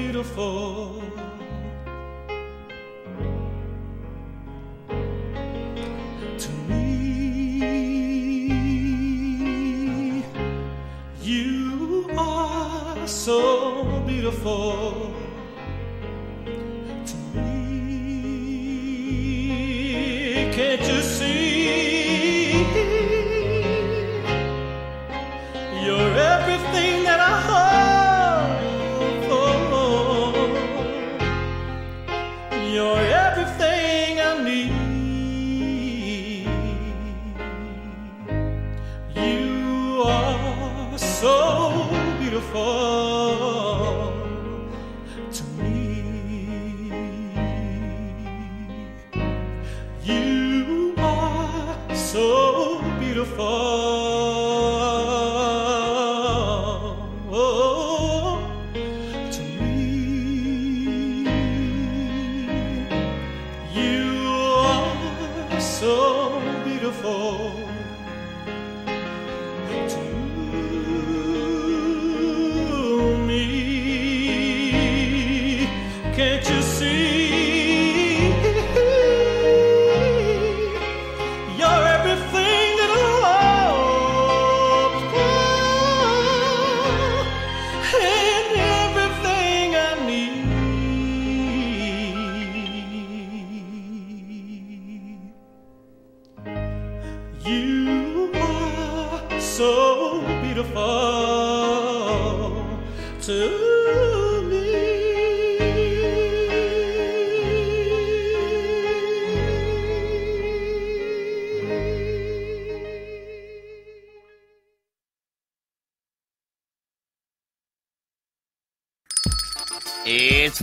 beautiful. To me, you are so beautiful. To me, can't you see? You're everything that I hope for. You're everything I need. You are so beautiful to me. You are so beautiful to me. You are so beautiful to me. Can't you see? You're everything that I hope for and everything I need. You are so beautiful to me. It's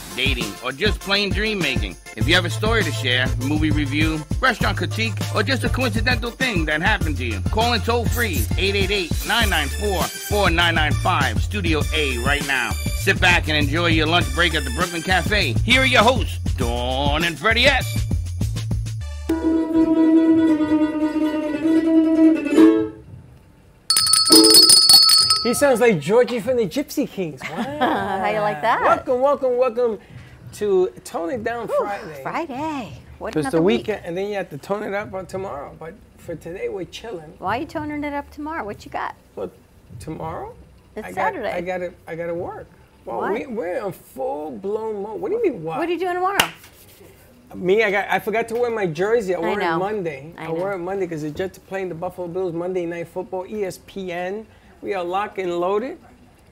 dating, or just plain dream making. If you have a story to share, movie review, restaurant critique, or just a coincidental thing that happened to you, call in toll free 888 994 4995 Studio A right now. Sit back and enjoy your lunch break at the Brooklyn Cafe. Here are your hosts, Dawn and Freddie S. He sounds like Georgie from the Gypsy Kings. Wow. Uh, How you Uh. like that? welcome, welcome, welcome to Tone It Down Ooh, Friday. Friday. What Because another the week? weekend, and then you have to tone it up on tomorrow. But for today, we're chilling. Why you toning it up tomorrow? What you got? But tomorrow, It's I got, Saturday. I got to, I got to work. Well, Why? We, we're in full blown mode. What do you mean? Why? What are you doing tomorrow? Me, I got. I forgot to wear my jersey. I wore know. it Monday. I I, wore know. it Monday because the Jets are playing the Buffalo Bills Monday Night Football. E ESPN. We are locked and loaded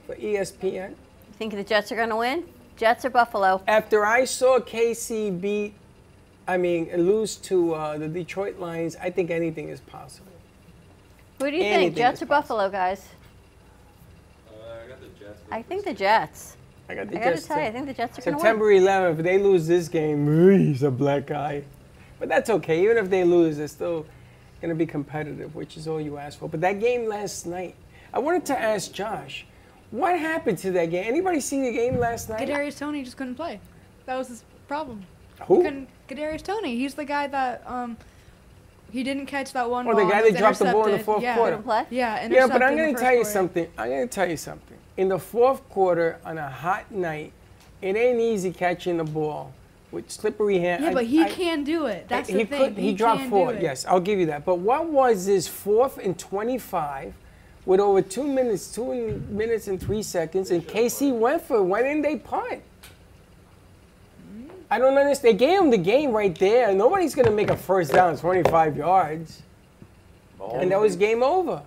for E ESPN. You think the Jets are going to win? Jets or Buffalo? After I saw KC beat, I mean lose to uh, the Detroit Lions, I think anything is possible. Who do you Anything think? Jets is or Buffalo, guys? I think the Jets. I got the I got to Jets tell you, too. I think the Jets are going to win. September 11th. If they lose this game, he's a black guy. But that's okay. Even if they lose, they're still going to be competitive, which is all you ask for. But that game last night, I wanted to ask Josh, what happened to that game? Anybody see the game last night? Kadarius Tony just couldn't play. That was his problem. Who? Couldn't Kadarius Tony? He's the guy that um, he didn't catch that one. Oh, the ball guy and was that dropped the ball in the intercepted. fourth yeah. quarter. Couldn't play? Yeah, Yeah, but intercepted I'm in the going to first tell you quarter. something. I'm going to tell you something. In the fourth quarter, on a hot night, it ain't easy catching the ball with slippery hands. Yeah, but he can do it. That's the he thing. Could, he, dropped can do four. it. Yes, I'll give you that. But what was his fourth and twenty-five, with over two minutes, two and- minutes and three seconds, and KC went for it. Why didn't they punt? I don't understand. They gave him the game right there. Nobody's gonna make a first down, twenty-five yards, and that was game over.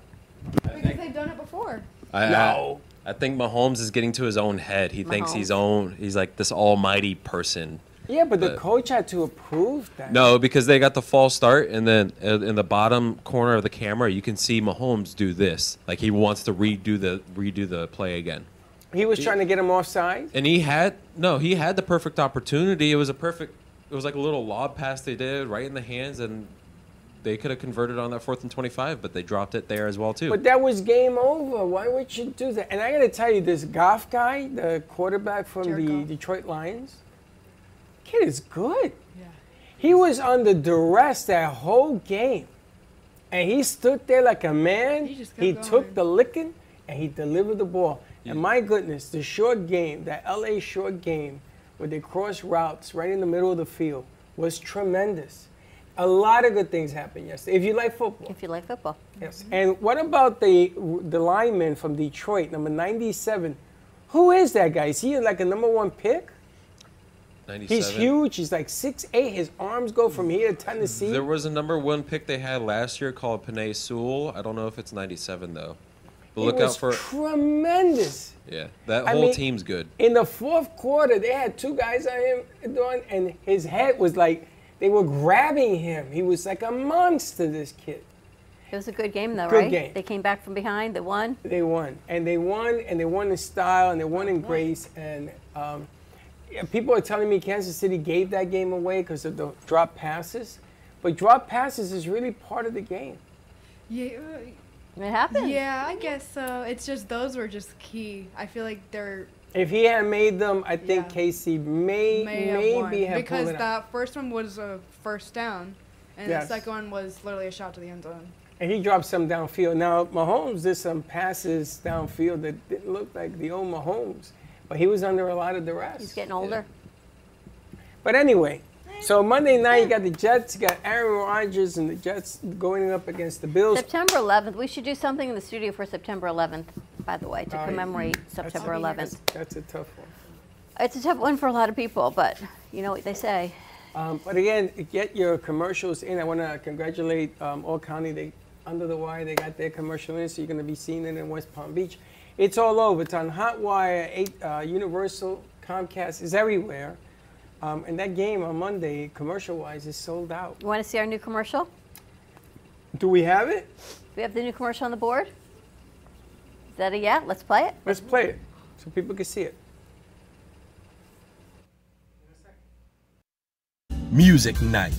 Because they've done it before. I, no. I, I think Mahomes is getting to his own head. He thinks he's own. He's like this almighty person. Yeah, but the coach had to approve that. No, because they got the false start, and then uh, in the bottom corner of the camera, you can see Mahomes do this. Like he wants to redo the redo the play again. he was trying to get him offside. And he had no, he had the perfect opportunity. It was a perfect. it was like a little lob pass they did right in the hands, and they could have converted on that fourth and twenty-five, but they dropped it there as well too. But that was game over. Why would you do that? And I got to tell you, this Goff guy, the quarterback from the Jerko. Detroit Lions, kid is good. Yeah. He was under duress that whole game, and he stood there like a man. He just kept He going. took the licking and he delivered the ball. And my goodness, the short game, that LA short game, with the cross routes right in the middle of the field, was tremendous. A lot of good things happened yesterday. If you like football. If you like football. Mm-hmm. Yes. And what about the the lineman from Detroit, number 97? Who is that guy? Is he like a number one pick? 97. He's huge. He's like 6'8". His arms go from here to Tennessee. There was a number one pick they had last year called Panay Sewell. I don't know if it's ninety-seven though. But He look was out for tremendous. yeah. That I whole mean- team's good. In the fourth quarter, they had two guys on him doing, and his head was like they were grabbing him. He was like a monster. This kid. It was a good game, though, Good right? game. They came back from behind. They won. They won, and they won, and they won in style, and they won in grace. And um, yeah, people are telling me Kansas City gave that game away because of the drop passes, but drop passes is really part of the game. Yeah, It happened. yeah, I guess so. It's just those were just key. I feel like they're If he had made them, I think Yeah. KC may, may have won maybe have because pulled it the out. first one was a first down, and Yes. the second one was literally a shot to the end zone. And he dropped some downfield. Now Mahomes did some passes downfield that didn't look like the old Mahomes, but he was under a lot of duress. He's getting older. But anyway, so Monday night you got the Jets, you got Aaron Rodgers and the Jets going up against the Bills. September 11th. We should do something in the studio for September 11th, by the way, to yeah. commemorate September 11th. That's a tough one. It's a tough one for a lot of people, but you know what they say. Um, but again, get your commercials in. I want to congratulate um, All County. They under the wire. They got their commercial in, so you're going to be seeing it in West Palm Beach. It's all over. It's on Hotwire, eight, uh, Universal, Comcast. It's everywhere. Um, and that game on Monday, commercial-wise, is sold out. You want to see our new commercial? Do we have it? We have the new commercial on the board. Is that a yeah? Let's play it. Let's play it so people can see it. Music Night.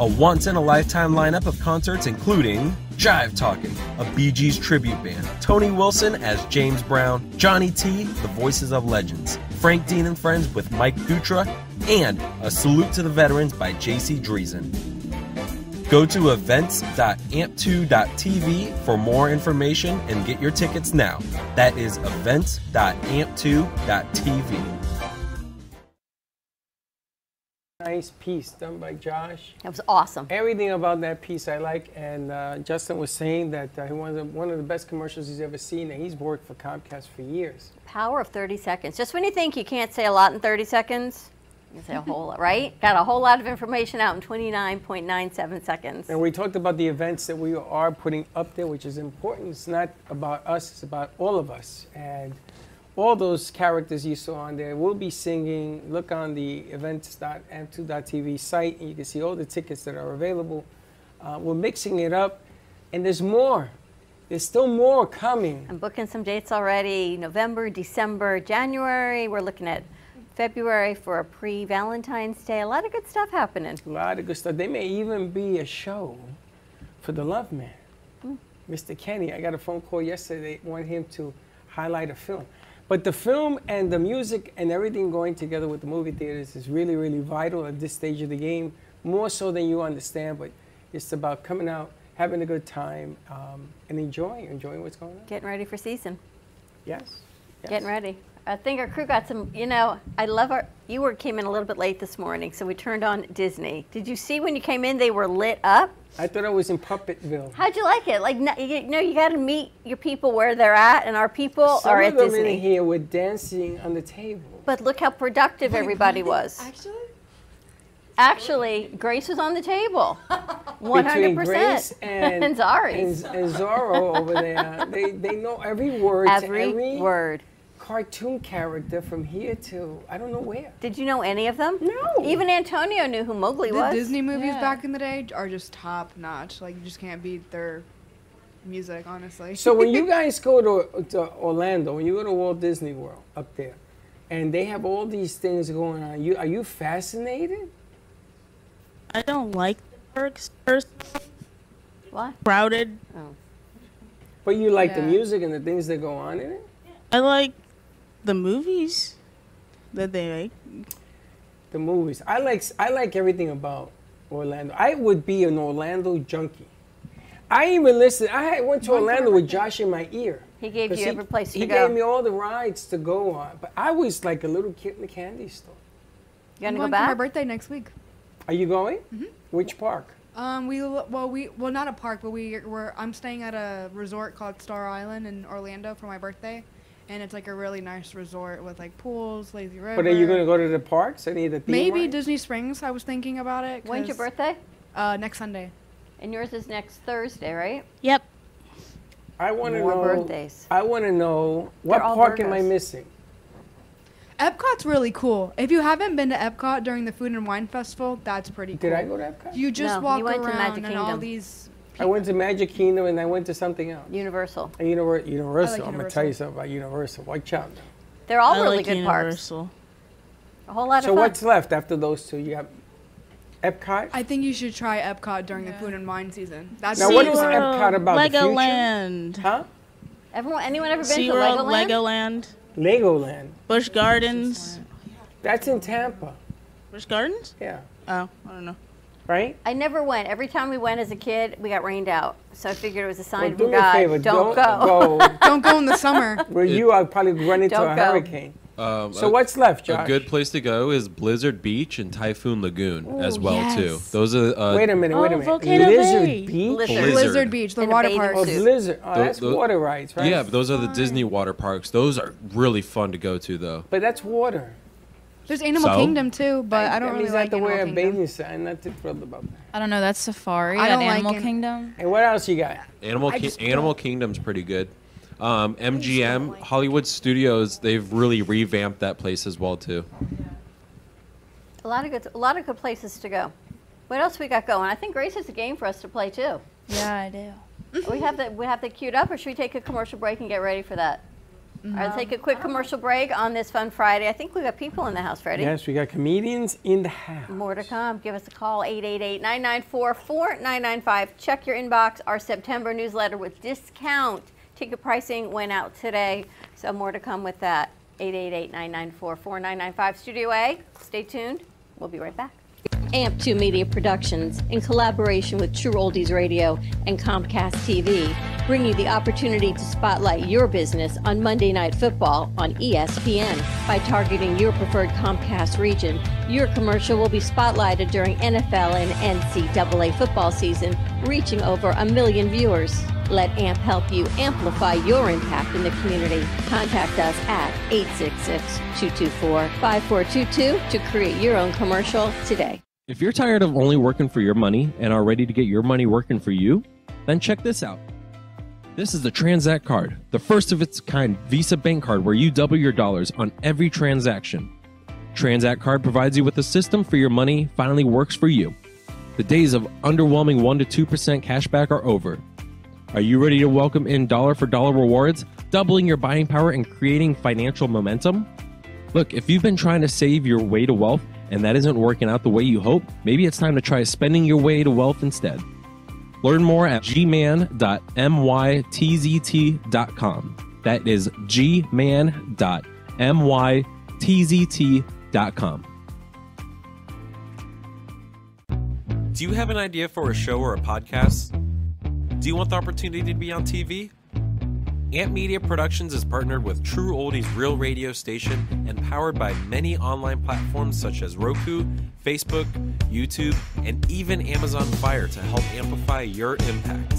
A once in a lifetime lineup of concerts including Jive Talkin', a Bee Gees tribute band, Tony Wilson as James Brown, Johnny T, the voices of legends, Frank Dean and Friends with Mike Dutra, and A Salute to the Veterans by JC Dreesen. Go to events.amp2.tv for more information and get your tickets now. That is events.amp2.tv. Nice piece done by Josh. That was awesome. Everything about that piece I like, and uh, Justin was saying that uh, he was one of the best commercials he's ever seen, and he's worked for Comcast for years. Power of 30 seconds. Just when you think you can't say a lot in 30 seconds, you can say a Mm-hmm. whole lot, right? Got a whole lot of information out in 29.97 seconds. And we talked about the events that we are putting up there, which is important. It's not about us, it's about all of us. And all those characters you saw on there will be singing. Look on the events.m2.tv site, and you can see all the tickets that are available. Uh, we're mixing it up, and there's more. There's still more coming. I'm booking some dates already November, December, January. We're looking at February for a pre Valentine's Day. A lot of good stuff happening. A lot of good stuff. They may even be a show for the Love Man. Hmm. Mr. Kenny, I got a phone call yesterday. They want him to highlight a film. But the film and the music and everything going together with the movie theaters is really, really vital at this stage of the game, more so than you understand. But it's about coming out, having a good time, um, and enjoying, enjoying what's going on. Getting ready for season. Yes. yes. Getting ready. I think our crew got some. You know, I love our. You were came in a little bit late this morning, so we turned on Disney. Did you see when you came in? They were lit up. I thought I was in Puppetville. How'd you like it? Like, no, you know, you got to meet your people where they're at, and our people Some are of at them Disney. in here were dancing on the table. But look how productive everybody was. Actually, Actually, Grace was on the table. One between hundred Grace percent. and, And Zari. and, and Zorro over there. They they know every word to Every every word. cartoon character from here to I don't know where. Did you know any of them? No. Even Antonio knew who Mowgli the was. Disney movies Yeah. back in the day are just top notch. Like you just can't beat their music, honestly. So when you guys go to, to Orlando, when you go to Walt Disney World up there, and they have all these things going on, you are you fascinated? I don't like the perks first Why? crowded. Oh. But you like the Yeah. music and the things that go on in it? I like the movies that they make. The movies. I like I like everything about Orlando. I would be an Orlando junkie. I even listened. I had- went to Orlando with Josh in my ear. He gave 'Cause you every place to he go. gave me all the rides to go on, but I was like a little kid in the candy store. You gonna I'm go going for my back? birthday next week. Are you going? Mm-hmm. Which park? Um, we l- well we well not a park, but we were I'm staying at a resort called Star Island in Orlando for my birthday, and it's like a really nice resort with like pools, lazy river. But are you going to go to the parks? Any of the theme Maybe rides? Disney Springs. I was thinking about it. When's your 'cause, birthday? Uh, next Sunday. And yours is next Thursday, right? Yep. I want to More know. birthdays. I want to know what They're all park am I Virgos. missing? Epcot's really cool. If you haven't been to Epcot during the Food and Wine Festival, that's pretty cool. Did I go to Epcot? You just No, walk you went to around Magic and all Kingdom. these. I went to Magic Kingdom and I went to something else. Universal. And Univer- Universal. I'm going to tell you Universal. something about Universal. Watch out. now. They're all I really like good parks. Universal. A whole lot So of fun. what's left after those two? You have Epcot. I think you should try Epcot during the Food and Wine season. That's Now, really what is cool. Epcot SeaWorld, about? The future? um, Legoland. huh? Everyone, anyone ever been to SeaWorld, Legoland. Legoland? Legoland. Busch Gardens. That's in Tampa. Busch Gardens? Yeah. Oh, I don't know. Right. I never went. Every time we went as a kid, we got rained out. So I figured it was a sign do from me a God. favor. don't, go. go. Don't go in the summer. Where you are probably run into Don't a go. hurricane. Um, So a- what's left, Josh? A good place to go is Blizzard Beach and Typhoon Lagoon as well too. yes. Those are uh, Wait a minute. wait a Oh, minute. Volcano Blizzard Bay. Beach. Blizzard. Blizzard. Blizzard Beach, the And a water bathing park. Oh, Suit. Blizzard. Oh, tho- that's tho- water rides, right? Yeah, but those are the Disney water parks. Those are really fun to go to though. But that's water. There's Animal So? Kingdom too, but I don't that really means like I have to wear Animal a Kingdom. bathing suit. I'm not too thrilled about that. I don't know. That's Safari. I at don't like Animal it. Kingdom. And what else you got? Animal I Ki- just Animal Kingdom's pretty good. Um, MGM Hollywood Studios, they've really revamped that place as well too. A lot of good, a lot of good places to go. What else we got going? I think Grace has a game for us to play too. Yeah, I do. we have that. We have that queued up, or should we take a commercial break and get ready for that? All Um, right, take a quick commercial break on this fun Friday. I think we got people in the house, ready? Yes, we got comedians in the house. More to come. Give us a call, 888-994-4995. Check your inbox. Our September newsletter with discount ticket pricing went out today. So more to come with that. 888-994-4995. Studio A, stay tuned. We'll be right back. AMP2 Media Productions, in collaboration with True Oldies Radio and Comcast TV, bring you the opportunity to spotlight your business on Monday Night Football on E ESPN. By targeting your preferred Comcast region, your commercial will be spotlighted during NFL and NCAA football season, reaching over a million viewers. Let AMP help you amplify your impact in the community. Contact us at 866-224-5422 to create your own commercial today. If you're tired of only working for your money and are ready to get your money working for you, then check this out. This is the Transact card, the first of its kind Visa bank card where you double your dollars on every transaction. Transact card provides you with a system for your money finally works for you. The days of underwhelming 1 to 2% cashback are over. Are you ready to welcome in dollar for dollar rewards, doubling your buying power and creating financial momentum? Look, if you've been trying to save your way to wealth and that isn't working out the way you hope, maybe it's time to try spending your way to wealth instead. Learn more at gman.mytzt.com. That is gman.mytzt.com. Do you have an idea for a show or a podcast? Do you want the opportunity to be on TV? Ant Media Productions is partnered with True Oldies Real Radio Station and powered by many online platforms such as Roku, Facebook, YouTube, and even Amazon Fire to help amplify your impact.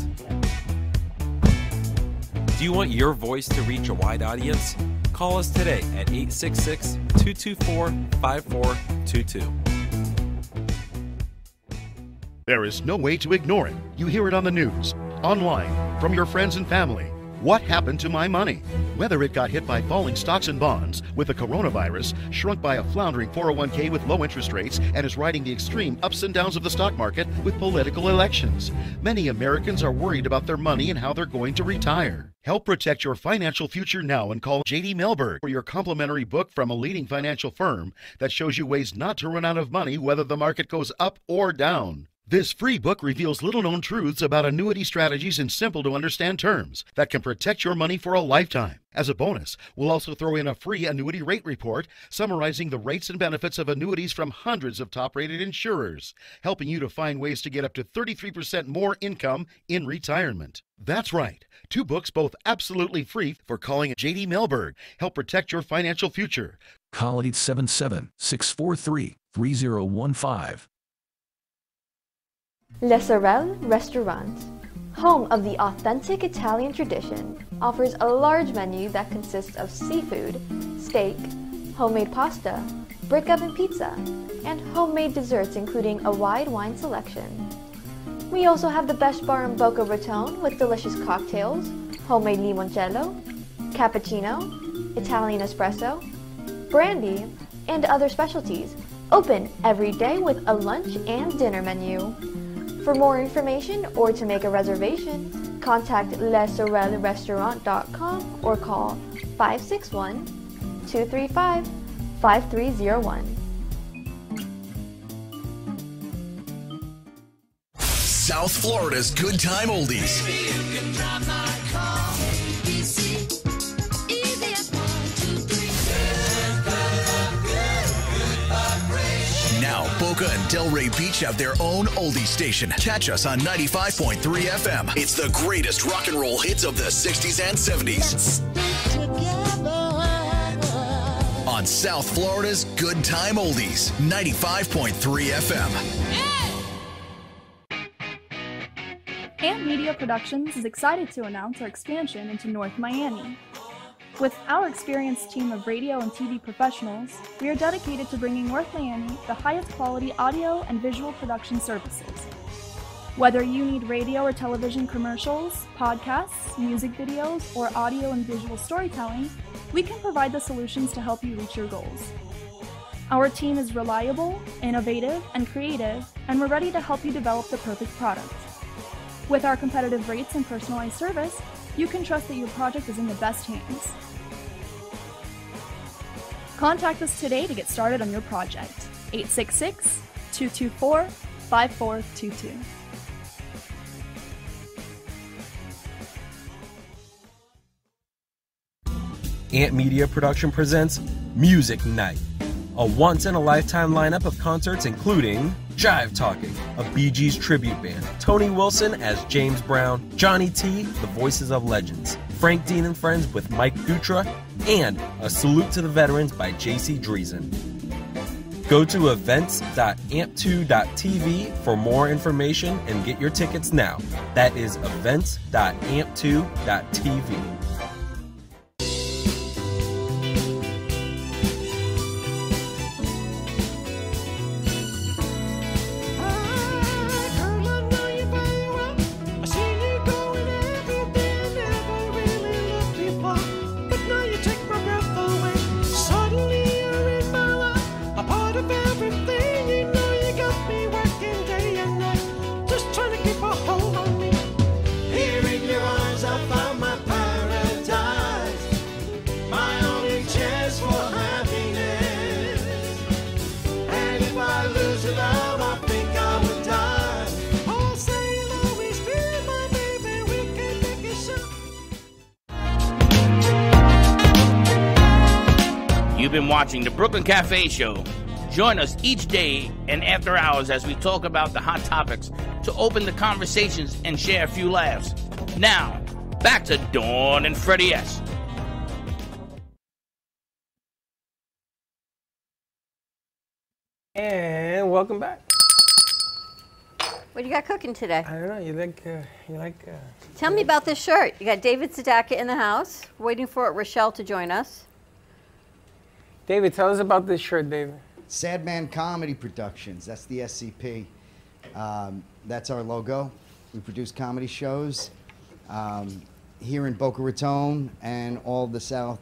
Do you want your voice to reach a wide audience? Call us today at 866 224 5422. There is no way to ignore it. You hear it on the news, online, from your friends and family. What happened to my money? Whether it got hit by falling stocks and bonds with the coronavirus, shrunk by a floundering 401k with low interest rates, and is riding the extreme ups and downs of the stock market with political elections. Many Americans are worried about their money and how they're going to retire. Help protect your financial future now and call JD Melberg for your complimentary book from a leading financial firm that shows you ways not to run out of money whether the market goes up or down. This free book reveals little known truths about annuity strategies in simple to understand terms that can protect your money for a lifetime. As a bonus, we'll also throw in a free annuity rate report summarizing the rates and benefits of annuities from hundreds of top rated insurers, helping you to find ways to get up to 33% more income in retirement. That's right. Two books, both absolutely free, for calling JD Melberg. Help protect your financial future. Call 877 643 3015. Le Sorel Restaurant, home of the authentic Italian tradition, offers a large menu that consists of seafood, steak, homemade pasta, brick oven pizza, and homemade desserts including a wide wine selection. We also have the best bar in Boca Raton with delicious cocktails, homemade limoncello, cappuccino, Italian espresso, brandy, and other specialties. Open every day with a lunch and dinner menu. For more information or to make a reservation, contact lesorelrestaurant.com or call 561 235 5301. South Florida's good time oldies. Now, Boca and Delray Beach have their own oldie station. Catch us on 95.3 FM. It's the greatest rock and roll hits of the 60s and 70s. On South Florida's Good Time Oldies, 95.3 FM. Ant Media Productions is excited to announce our expansion into North Miami. With our experienced team of radio and TV professionals, we are dedicated to bringing North Miami the highest quality audio and visual production services. Whether you need radio or television commercials, podcasts, music videos, or audio and visual storytelling, we can provide the solutions to help you reach your goals. Our team is reliable, innovative, and creative, and we're ready to help you develop the perfect product. With our competitive rates and personalized service, you can trust that your project is in the best hands. Contact us today to get started on your project. 866 224 5422. Ant Media Production presents Music Night, a once in a lifetime lineup of concerts including Jive Talking, a Bee Gees tribute band, Tony Wilson as James Brown, Johnny T, the voices of legends, Frank Dean and Friends with Mike Dutra, and A Salute to the Veterans by JC Dreesen. Go to events.amp2.tv for more information and get your tickets now. That is events.amp2.tv. Here in your eyes I found my paradise, my only chance for happiness. And if I lose your love, I think I would die. Oh, say you'll always be my baby, we can make it so. You've been watching the Brooklyn Cafe Show. Join us each day and after hours as we talk about the hot topics to open the conversations and share a few laughs. Now, back to Dawn and Freddie S. And welcome back. What do you got cooking today? I don't know. You like uh, you like uh, Tell me about this shirt. You got David Sadaka in the house, waiting for Rochelle to join us. David. Tell us about this shirt, David. Sad Man Comedy Productions. That's the SCP. Um, that's our logo. We produce comedy shows. Um, here in Boca Raton and all the south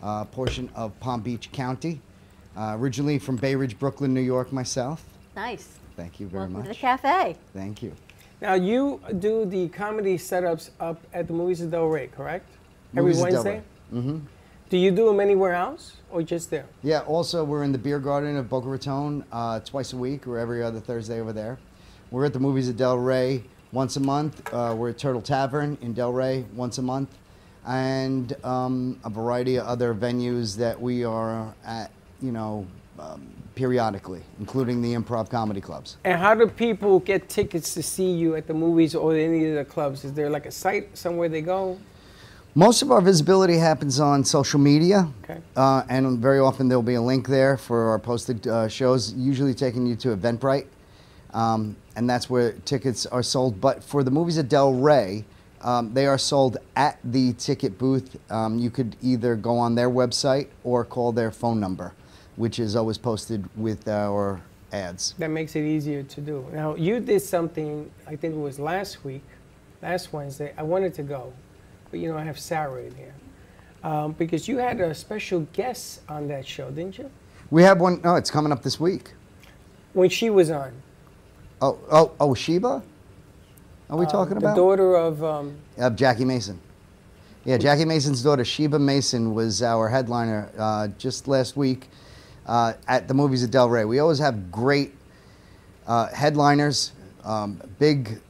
uh, portion of Palm Beach County. Uh, originally from Bay Ridge, Brooklyn, New York, myself. Nice. Thank you very Welcome to the much. cafe. Thank you. Now you do the comedy setups up at the Movies of Del Rey, correct? Movies Every at Del Wednesday. Rey. Mm-hmm. Do you do them anywhere else or just there? Yeah, also, we're in the beer garden of Boca Raton uh, twice a week or every other Thursday over there. We're at the movies at Del Rey once a month. Uh, we're at Turtle Tavern in Del Rey once a month. And um, a variety of other venues that we are at, you know, um, periodically, including the improv comedy clubs. And how do people get tickets to see you at the movies or any of the clubs? Is there like a site somewhere they go? Most of our visibility happens on social media, Okay. uh, and very often there'll be a link there for our posted uh, shows, usually taking you to Eventbrite, um, and that's where tickets are sold. But for the movies at Del Rey, um, they are sold at the ticket booth. Um, you could either go on their website or call their phone number, which is always posted with our ads. That makes it easier to do. Now you did something. I think it was last week, last Wednesday. I wanted to go, but you know I have Sarah in here um, because you had a special guest on that show, didn't you? We have one. No, it's coming up this week. When she was on. Oh, oh, oh, Sheba. Are we um, talking the about daughter of? Um, Uh, Jackie Mason. Yeah, Jackie Mason's daughter, Sheba Mason, was our headliner uh, just last week uh, at the movies at Del Rey. We always have great uh, headliners, um, big,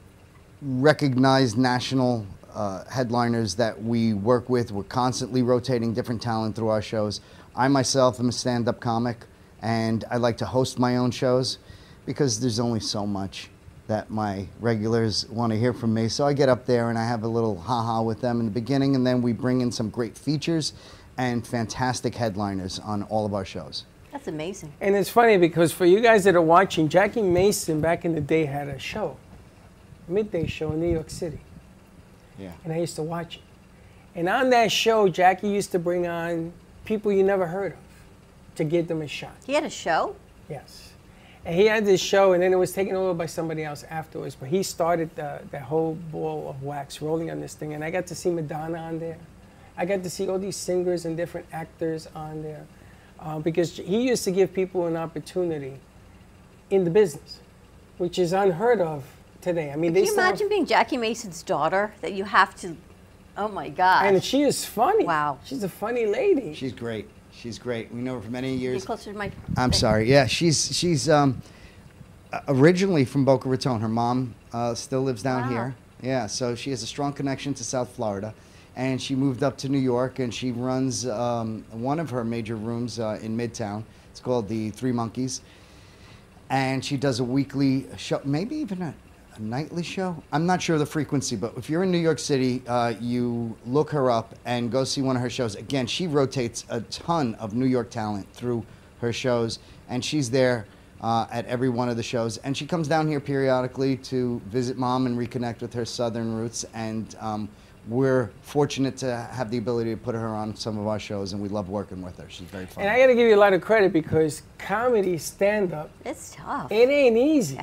recognized national uh, headliners that we work with. We're constantly rotating different talent through our shows. I myself am a stand up comic, and I like to host my own shows because there's only so much that my regulars want to hear from me. So I get up there and I have a little ha ha with them in the beginning, and then we bring in some great features and fantastic headliners on all of our shows. That's amazing. and it's funny because for you guys that are watching, Jackie Mason back in the day had a show, midday show in New York City. Yeah. and I used to watch it. And on that show, Jackie used to bring on people you never heard of to give them a shot. He had a show? Yes. And he had this show, and then it was taken over by somebody else afterwards. But he started the, that whole ball of wax rolling on this thing. And I got to see Madonna on there. I got to see all these singers and different actors on there. Uh, because he used to give people an opportunity in the business, which is unheard of today. I mean, they Can you still have- imagine being Jackie Mason's daughter that you have to? Oh my God. And she is funny. Wow. She's a funny lady. She's great. She's great. We know her for many years. closer to my. I'm sorry. Yeah, she's she's um, uh, originally from Boca Raton. Her mom uh, still lives down Wow. here. Yeah, so she has a strong connection to South Florida, and she moved up to New York, and she runs um, one of her major rooms uh, in Midtown. It's called the Three Monkeys, and she does a weekly show, maybe even a, a nightly show. I'm not sure of the frequency, but if you're in New York City, uh, you look her up and go see one of her shows. Again, she rotates a ton of New York talent through her shows, and she's there uh, at every one of the shows. And she comes down here periodically to visit mom and reconnect with her southern roots. And um, we're fortunate to have the ability to put her on some of our shows, and we love working with her. She's very fun. And I got to give you a lot of credit because comedy stand up. It's tough. It ain't easy.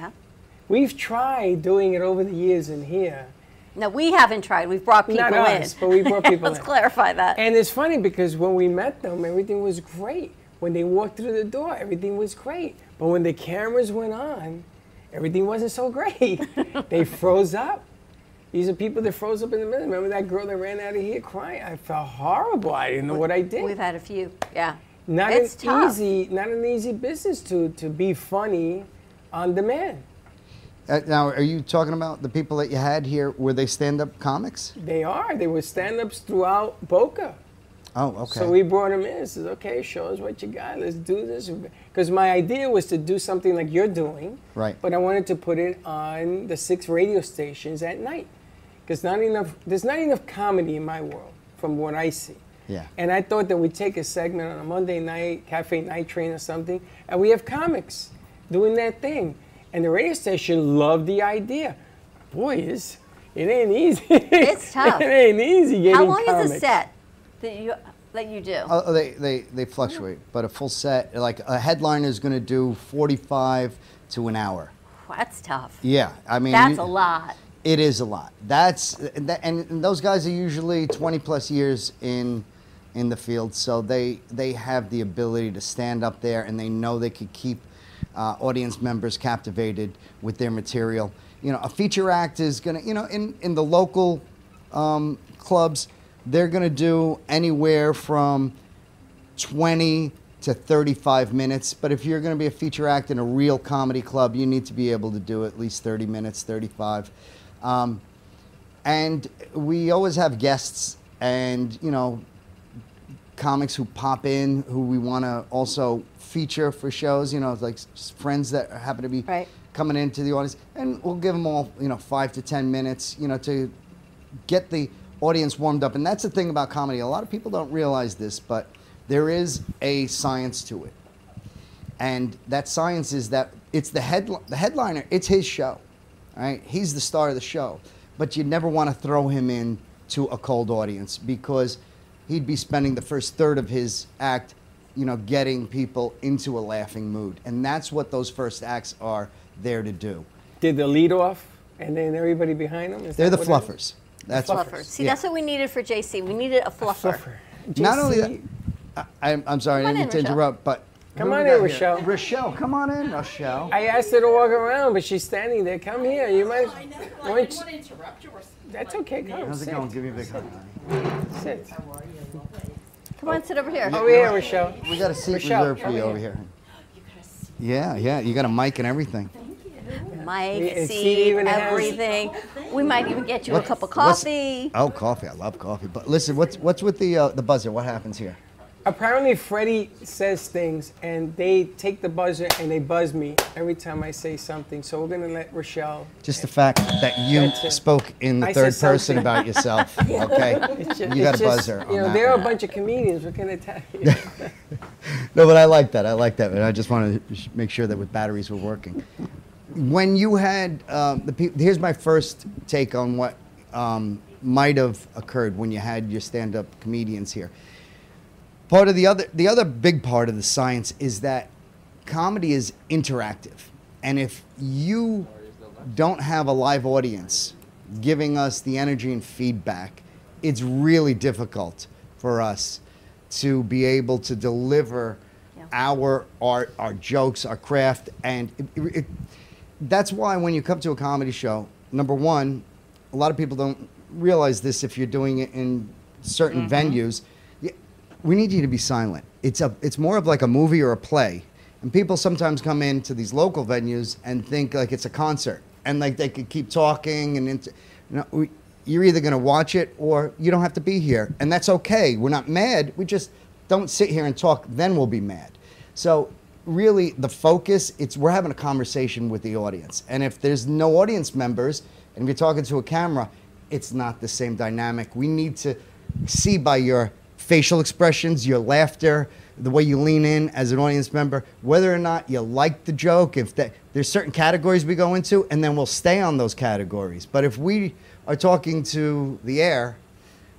We've tried doing it over the years in here. No, we haven't tried. We've brought people Not in. us, but we brought people Let's in. clarify that. And it's funny because when we met them, everything was great. When they walked through the door, everything was great. But when the cameras went on, everything wasn't so great. they froze up. These are people that froze up in the middle. Remember that girl that ran out of here crying? I felt horrible. I didn't know what I did. We've had a few. Yeah. Not it's an tough. easy, not an easy business to to be funny on demand. Uh, now, are you talking about the people that you had here? Were they stand-up comics? They are. They were stand-ups throughout Boca. Oh, okay. So we brought them in. Says, okay, show us what you got. Let's do this. Because my idea was to do something like you're doing, right. but I wanted to put it on the six radio stations at night. Because not enough. There's not enough comedy in my world, from what I see. Yeah. And I thought that we'd take a segment on a Monday night, Cafe Night Train or something, and we have comics doing that thing. And the radio station loved the idea. Boy, it's, it ain't easy. It's tough. it ain't easy getting How long comics. is a set that you that you do? Oh, they, they, they fluctuate, but a full set, like a headliner is going to do 45 to an hour. That's tough. Yeah, I mean, That's you- a lot. It is a lot. That's and that- and those guys are usually 20 plus years in in the field, so they they have the ability to stand up there and they know they could keep uh, audience members captivated with their material. You know, a feature act is gonna you know in in the local um, clubs they're gonna do anywhere from 20 to 35 minutes. But if you're going to be a feature act in a real comedy club, you need to be able to do at least 30 minutes, 35. Um, and we always have guests and, you know, comics who pop in who we want to also feature for shows, you know, like s- friends that happen to be coming into the audience. And we'll give them all, you know, five to 10 minutes, you know, to get the audience warmed up. And that's the thing about comedy. A lot of people don't realize this, but there is a science to it. And that science is that it's the headline, the headliner, it's his show. All right? He's the star of the show. But you never want to throw him in to a cold audience because he'd be spending the first third of his act, you know, getting people into a laughing mood. And that's what those first acts are there to do. Did the lead off and then everybody behind them? Is They're the that what it- fluffers. That's fluffer. See, yeah. that's what we needed for JC. We needed a fluffer. Not only that, I, I'm, I'm sorry, I Come on didn't mean to in, Rochelle. interrupt, but Come who on we in, got here? Rochelle. Rochelle, come on in, Rochelle. I asked her to walk around, but she's standing there. Come here. You might. why don't you- interrupt you. That's okay. Come. How's it sit. going? Give me a big hug. honey. Sit. Oh, Come on, sit over here. Over here, Rochelle. We got a seat Rochelle, reserved for over you here. over here. Oh, Yeah, yeah, you got a mic and everything. Mike, And see Steve even has- everything. We might even get you a What- cup of what's- coffee. Oh, coffee! I love coffee. But listen, what's what's with the uh, the buzzer? What happens here? Apparently, Freddie says things, and they take the buzzer and they buzz me every time I say something. So we're gonna let Rochelle. Just the fact that you That's it. spoke in the I third said person something. about yourself. Okay, It's ju- you got it's a just, buzzer. You on know, that there one. are a bunch of comedians. What can I tell you? No, but I like that. I like that. And I just want to make sure that with batteries were working. When you had um, the people, here's my first take on what um, might have occurred when you had your stand-up comedians here. Part of the other, the other big part of the science is that comedy is interactive, and if you don't have a live audience giving us the energy and feedback, it's really difficult for us to be able to deliver our art, our jokes, our craft, and it, it, it- that's why when you come to a comedy show, number one, a lot of people don't realize this if you're doing it in certain Mhm. venues. Y- We need you to be silent. It's a, it's more of like a movie or a play, and people sometimes come into these local venues and think like it's a concert, and like they could keep talking and. Into, you know, we, you're either going to watch it or you don't have to be here. And that's okay. We're not mad. We just don't sit here and talk. Then we'll be mad. So, really, the focus it's we're having a conversation with the audience. And if there's no audience members and if you're talking to a camera, it's not the same dynamic. We need to see by your facial expressions, your laughter, the way you lean in as an audience member, whether or not you like the joke, if that there's certain categories we go into, and then we'll stay on those categories. But if we are talking to the air,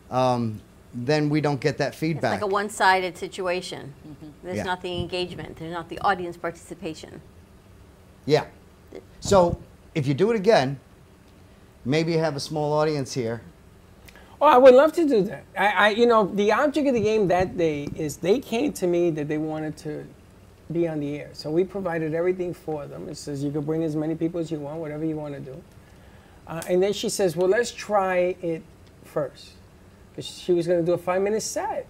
um, then we don't get that It's like feedback. a one-sided situation. There's Yeah. not the engagement. There's not the audience participation. yeah. So if you do it again, maybe you have a small audience here. Oh, I would love to do that. I, I, you know, the object of the game that day is they came to me that they wanted to be on the air. So we provided everything for them. It says you can bring as many people as you want, whatever you want to do. Uh, and then she says, well, let's try it first. 'Cause she was going to do a five minute set.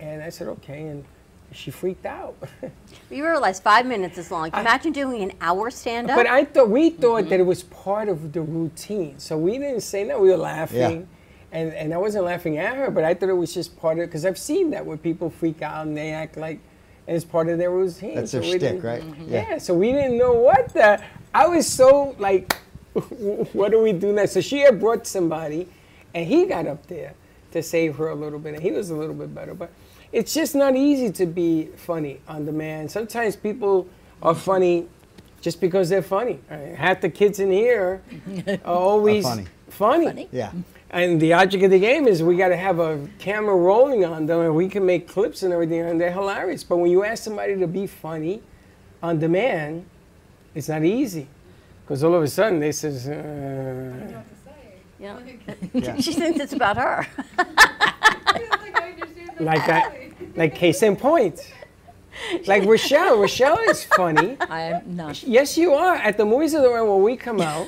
And I said, okay. And she freaked out. You realize five minutes is long. Can you Imagine doing an hour stand-up. But I thought we thought that it was part of the routine, so we didn't say no. We were laughing, and and I wasn't laughing at her, but I thought it was just part of because I've seen that where people freak out and they act like it's part of their routine. That's their we shtick, didn't- right? Mhm. Yeah. Yeah. So we didn't know what the. I was so like, what do we do next? So she had brought somebody, and he got up there to save her a little bit, and he was a little bit better, but. It's just not easy to be funny on demand. Sometimes people are funny just because they're funny. I mean, Half the kids in here are always funny. funny. Yeah. And the object of the game is we got to have a camera rolling on them, and we can make clips and everything, and they're hilarious. But when you ask somebody to be funny on demand, it's not easy. Because all of a sudden, this is. Uh, Yeah. Yeah. she thinks it's about her. like I, like case in point. Like Rochelle, Rochelle is funny. I am not. Yes, you are. At the movies of the world when we come out,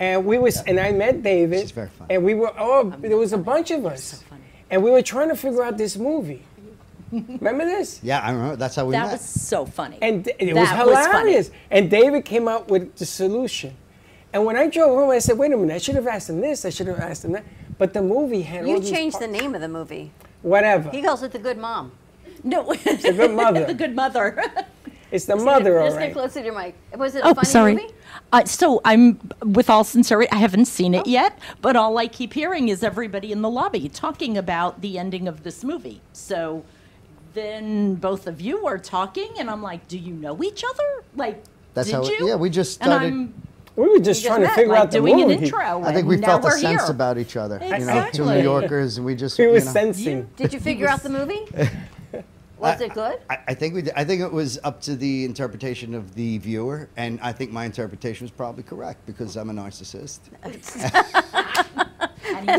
and we was and I met David. She's very funny. And we were all there was a bunch of us, and we were trying to figure out this movie. Remember this? Yeah, I remember. That's how we That met. was so funny. And d- That it was was funny. hilarious. and David came out with the solution. And when I drove home, I said, "Wait a minute! I should have asked him this. I should have asked him that." But the movie had all You these changed the parts. name of the movie. whatever. He calls it The Good Mom. No. It's the good mother. the good mother. It's the mother, all Just get right. closer to your mic. Was it a Oh, funny sorry. movie? Uh, so I'm, with all sincerity, I haven't seen it yet, but all I keep hearing is everybody in the lobby talking about the ending of this movie. So then both of you are talking, and I'm like, do you know each other? Like, That's did how. you? Yeah, we just And started. I'm- We were just We just trying to met, figure like, out the doing an movie. intro, I think we and felt now a we're sense here. about each other. You know, Exactly. two New Yorkers, and we just. We you were know. sensing. Did you figure out the movie? Was it good? I, I think we. Did, I think it was up to the interpretation of the viewer, and I think my interpretation was probably correct because I'm a narcissist.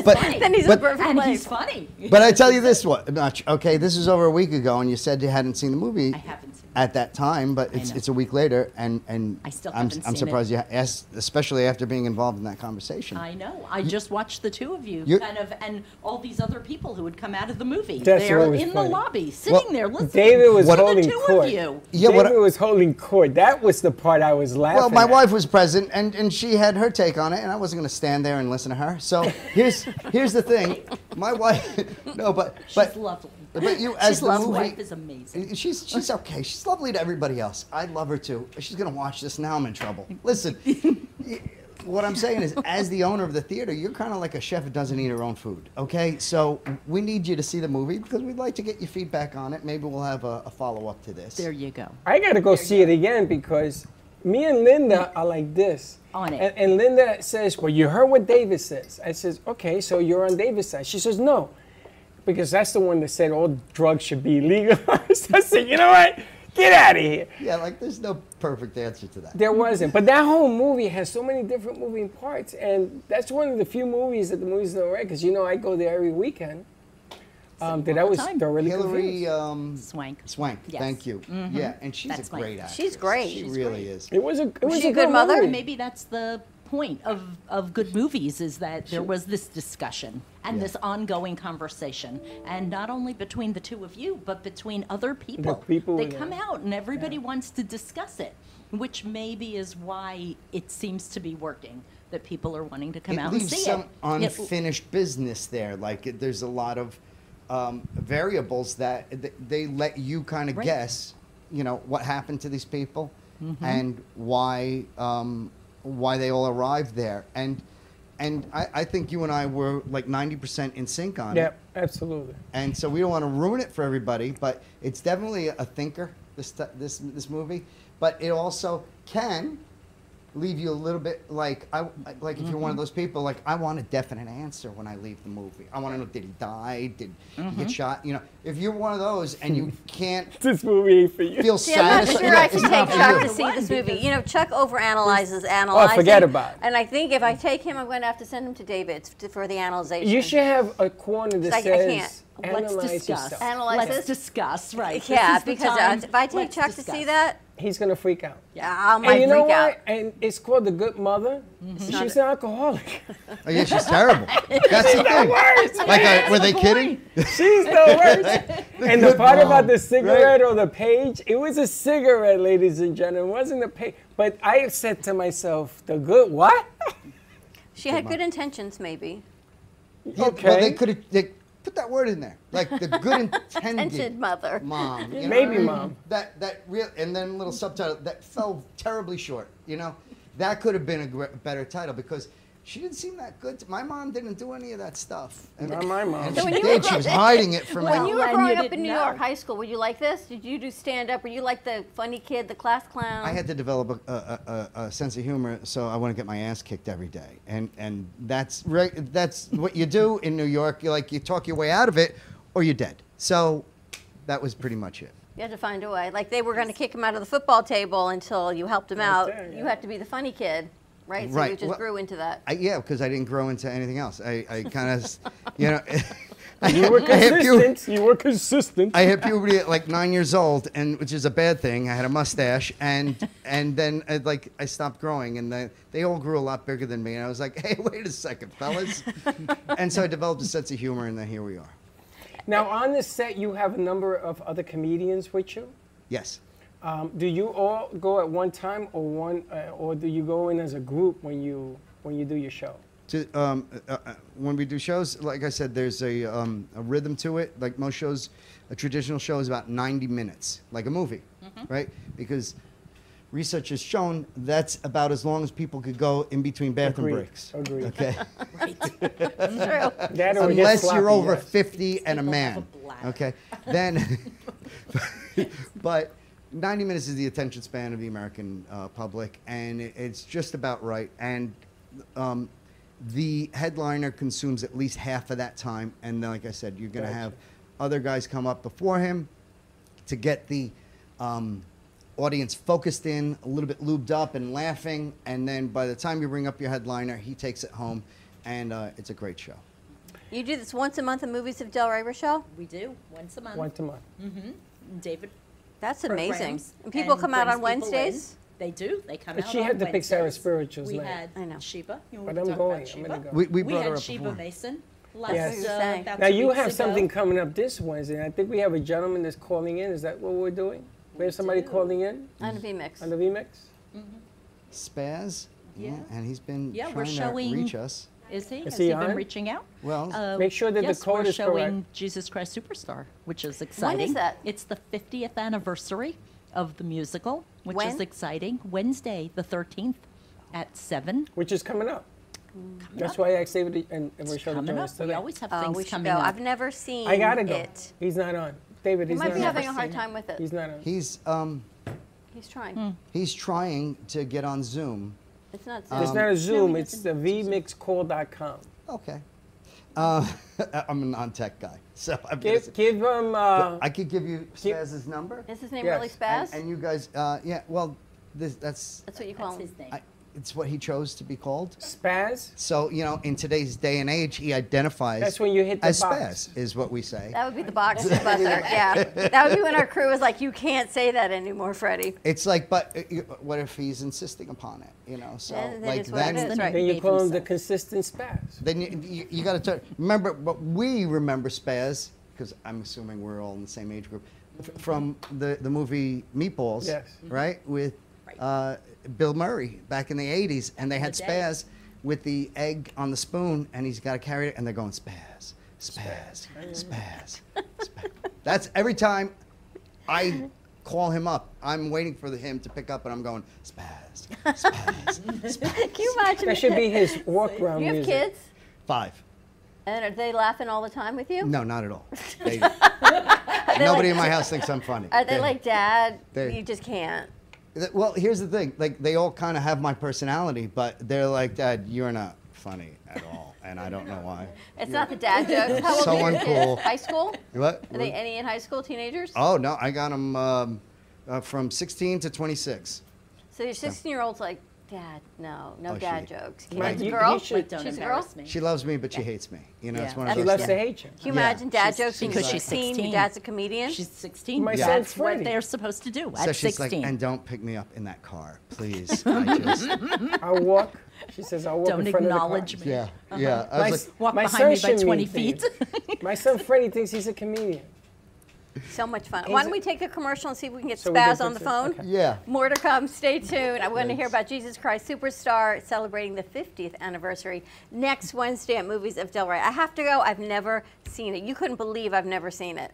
But- funny. then he's but- a perfect And wife. he's funny. But I tell you this one, Notch, okay, this is over a week ago, and you said you hadn't seen the movie. I haven't seen at that time, but it's, it's a week later, and and I still am haven't I'm seen it. surprised you ha- asked, especially after being involved in that conversation. I know. I just watched the two of you, You- kind of, and all these other people who had come out of the movie. That's They're what was in funny. the lobby, sitting there listening. David was to holding the two court. of you. David was holding court. That was the part I was laughing. Well, my at. wife was present, and, and she had her take on it, and I wasn't going to stand there and listen to her. So here's here's the thing, my wife. No, but but She's lovely. but you She's as the lovely. movie- Wife is amazing. She's she's okay. She's lovely to everybody else. I love her too. She's going to watch this now. I'm in trouble. Listen, y- what I'm saying is, as the owner of the theater, you're kind of like a chef who doesn't eat her own food. Okay, so we need you to see the movie because we'd like to get your feedback on it. Maybe we'll have a, a follow up to this. There you go. I got to go see it again because me and Linda are like this. On it. And, and Linda says, "Well, you heard what David says." I says, "Okay, so you're on David's side." She says, "No, because that's the one that said all drugs should be legalized." I said, "You know what? Get out of here." Yeah, like there's no perfect answer to that. There wasn't, but that whole movie has so many different moving parts, and that's one of the few movies that the movies don't write because you know I go there every weekend. Um, that I was thoroughly Hillary confused. um, Swank. Mm-hmm. Swank, Yes. thank you. Mhm. Yeah, and she's That's a my- great actress. She's great. She She's really great. is. It was a it Was was she a good movie. Maybe that's the point of, of good movies is that there was this discussion and Yeah. this ongoing conversation and not only between the two of you but between other people, people, they yeah. come out and everybody wants to discuss it which maybe is why it seems to be working that people are wanting to come it out leaves and see some it It- unfinished business there. Like it, there's a lot of um, variables that th- they let you kind of Right. guess. You know what happened to these people, Mhm. and why um, why they all arrived there. And and I, I think you and I were like 90% in sync on it. Yep, absolutely. and so we don't want to ruin it for everybody. But it's definitely a thinker. This t- this this movie, but it also can leave you a little bit like I like if you're one of Mhm. Mm-hmm. those people like I want a definite answer when I leave the movie. I want to know did he die? Did he Mhm. get shot? You know, if you're one of those and you can't Mm-hmm. this movie ain't for you. Feel See, I'm not satisfied. sure I can take Chuck to you. see this movie. You know, Chuck overanalyzes, Oh, analyzes. forget about it. And I think if I take him, I'm going to have to send him to David to- for the analyzation. You should have a corner It's that like, I says can't. Let's analyze discuss. yourself. Analyze let's this? discuss right Yeah, This is the because, uh, time. if I take Let's Chuck to discuss. see that, He's gonna freak out. I might and you know freak out. Mm-hmm. what? And it's called The Good Mother. She not was an alcoholic. Oh yeah, she's terrible. That's the thing. Like, uh, were they kidding? She's the worst. and the good part mom, about the cigarette or the page, it was a cigarette, ladies and gentlemen. It wasn't a page. But I said to myself, the good what? She had good intentions, maybe. Yeah, Well, they Okay. could have they put that word in there, like the good Intentioned intended mother. mom. you know Maybe what I mean? mom. That that real and then little subtitle that fell terribly short. You know, that could have been a gre- better title because. She didn't seem that good. to- my mom didn't do any of that stuff. And- Not my mom. and So she when you did. were She was growing- hiding it from when me. you were growing up in New York high school, were you like this? Did you do stand up? Were you like the funny kid, the class clown? I had to develop a, a, a, a sense of humor, so I want to get my ass kicked every day, and and that's right. That's what you do in New York. You like you talk your way out of it, or you're dead. So that was pretty much it. You had to find a way. Like they were going to kick him out of the football table until you helped him out. there, You had to be the funny kid, right? So you Right, just well- grew into that. I, yeah, because I didn't grow into anything else. I, I kind of, you know. You were I had pu- consistent. You were consistent. I hit puberty at like nine years old, and which is a bad thing. I had a mustache, and and then i like I stopped growing, and then they all grew a lot bigger than me. And I was like, hey, wait a second, fellas. and so I developed a sense of humor, and then here we are. Now on the set, you have a number of other comedians with you. Yes. Um, do you all go at one time, or one, uh, or do you go in as a group when you when you do your show? To, um, uh, uh, when we do shows, like I said, there's a, um, a rhythm to it. Like most shows, a traditional show is about 90 minutes, like a movie, Mhm. Mm-hmm. right? Because research has shown that's about as long as people could go in between bathroom Agreed. breaks. Agreed. Okay. That's true. That or get Unless sloppy, you're over yes. 50 and a People man. have a bladder. Okay. Then, but 90 minutes is the attention span of the American uh, public, and it, it's just about right. And um, the headliner consumes at least half of that time. And then, like I said, you're going to Gotcha. have other guys come up before him to get the um, audience focused in, a little bit lubed up and laughing. And then by the time you bring up your headliner, he takes it home, and uh, it's a great show. You do this once a month in movies of Del Rey Rochelle. We do once a month. Um, Once a month. Mm-hmm. David. That's amazing. programs And people come out brings on people in. Wednesdays? They do. They come But out. she on had to pick Sarah Wednesdays. Spirituals We night. had I know. Sheba. You But want to I'm talk about going. I'm gonna Sheba? go. We- we brought had her up Sheba before. Mason. Last, Yes. uh, about Now two you weeks have ago. something coming up this Wednesday. and I think we have a gentleman that's calling in. Is that what we're doing? We have somebody calling in On a Mm-hmm. VMix. on the VMix. Spaz. Yeah. And he's been Yeah, we're trying showing. to reach us. Is he? Is Has he he, been on? reaching out? Well- Uh, Make sure that the yes, code we're is correct. showing Jesus Christ Superstar, which is exciting. that? It's the 50th anniversary of the musical, which is When? exciting. Wednesday, the 13th, at seven. Which is coming up. Coming That's up. why I saved it and, and we're showing coming it up. today. We always have Oh, things we should coming go. up. I've never seen I gotta go. it. He's not on. David, He he's might not be on. having a hard time with it. He's not on. He's um He's trying. Hmm. he's trying to get on Zoom. It's not Um, it's not a Zoom. It's the vmixcall.com. Okay. Uh, I'm a non-tech guy, so I'm Give- gonna, give him. Uh, I could give you Spaz's number. Is his name really Spaz? And, and you guys, uh, yeah. Well, this, that's That's what you call him. I, it's what he chose to be called. Spaz. So you know, in today's day and age, he identifies. That's when you hit the as box. Spaz is what we say. That would be the box buster. yeah. That would be when our crew was like, you can't say that anymore, Freddie. It's like, but uh, you- what if he's insisting upon it? You know, so Then- then like it's what it then, is, right. Then you call him the consistent Spaz. Then you, you, you got to turn. Remember, but we remember Spaz because I'm assuming we're all in the same age group f- from the, the movie Meatballs, Yes. right? With uh, Bill Murray back in the '80s, and they had The day. Spaz with the egg on the spoon, and he's got to carry it, and they're going Spaz, Spaz, Spaz. Spaz. That's every time I call him up. I'm waiting for the, him to pick up, and I'm going Spaz, Can you imagine? That should be his Do workaround you have music. kids? five. And are they laughing all the time with you? No, not at all. They- Are they nobody like- in my house thinks I'm funny. Are they like, Dad, They- you just can't? Th- Well, here's the thing. Like they all kind of have my personality, but they're like, Dad, you're not funny at all, and I don't know why. It's not the dad jokes. How old So are your uncool. kids? High school? What? Are they any in high school, teenagers? Oh no, I got them um, uh, from 16 to 26. So your 16 year old's like, Dad, no, no Oh, dad she- jokes. Mike, Can't. you- a girl? you should- Like, don't she's a girl? embarrass She loves me, but she hates me. You know, it's one of That's- those. yeah. things. Can you Yeah. imagine dad jokes when because you're she's 16? 16. Your dad's a comedian? She's 16. My Yeah. son's That's what they're supposed to do at So she's 16. like, and don't pick me up in that car, please. I just, I walk. She says, I walk Don't in front acknowledge of the me. yeah, Uh-huh. yeah. I My was s- like, Walk my behind me son by 20 Shamin thinks- my son Freddie thinks he's a comedian. So much fun. He's Why a- don't we take a commercial and see if we can get So we can Spaz on the put phone? this- okay. Yeah. More to come. Stay tuned. I want to hear about Jesus Christ Superstar celebrating the 50th anniversary next Wednesday at Movies of Delray. I have to go. I've never seen it. You couldn't believe I've never seen it.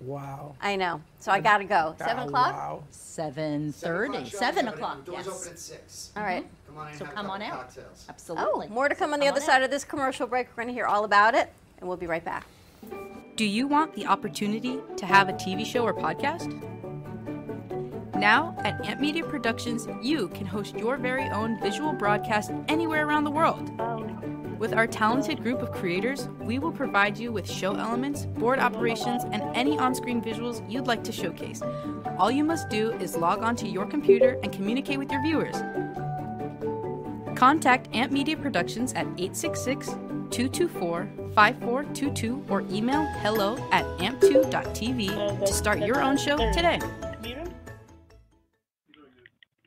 Wow. I know. So I got to go. Seven o'clock? Wow. 7:30. 7 o'clock. Yes. six. Mm-hmm. All right. Come on in. So come on out. Oh, Absolutely. more to come on the other side of this commercial break. We're going to hear all about it, and we'll be right back. Do you want the opportunity to have a TV show or podcast? Now, at Amp Media Productions, you can host your very own visual broadcast anywhere around the world. With our talented group of creators, we will provide you with show elements, board operations, and any on screen visuals you'd like to showcase. All you must do is log onto your computer and communicate with your viewers. Contact Amp Media Productions at 866 224 5422 or email hello at amp2.tv to start your own show today.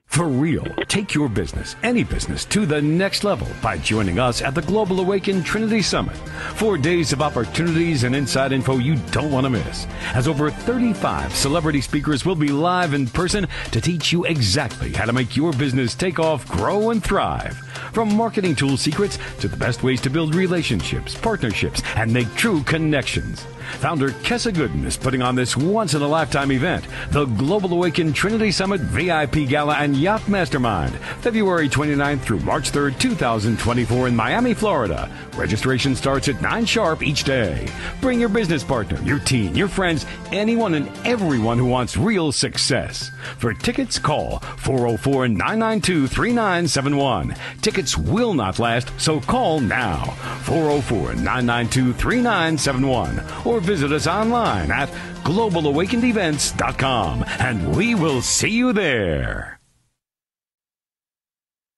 For real, take your business, any business, to the next level by joining us at the Global Awaken Trinity Summit. Four days of opportunities and inside info you don't want to miss. As over 35 celebrity speakers will be live in person to teach you exactly how to make your business take off, grow, and thrive. From marketing tool secrets to the best ways to build relationships, partnerships, and make true connections. Founder Kessa Gooden is putting on this once in a lifetime event, the Global Awaken Trinity Summit VIP Gala and Yacht Mastermind, February 29th through March 3rd, 2024, in Miami, Florida. Registration starts at 9 sharp each day. Bring your business partner, your team, your friends, anyone and everyone who wants real success. For tickets, call 404 992 3971. Tickets will not last, so call now 404 992 3971 or visit us online at globalawakenedevents.com and we will see you there.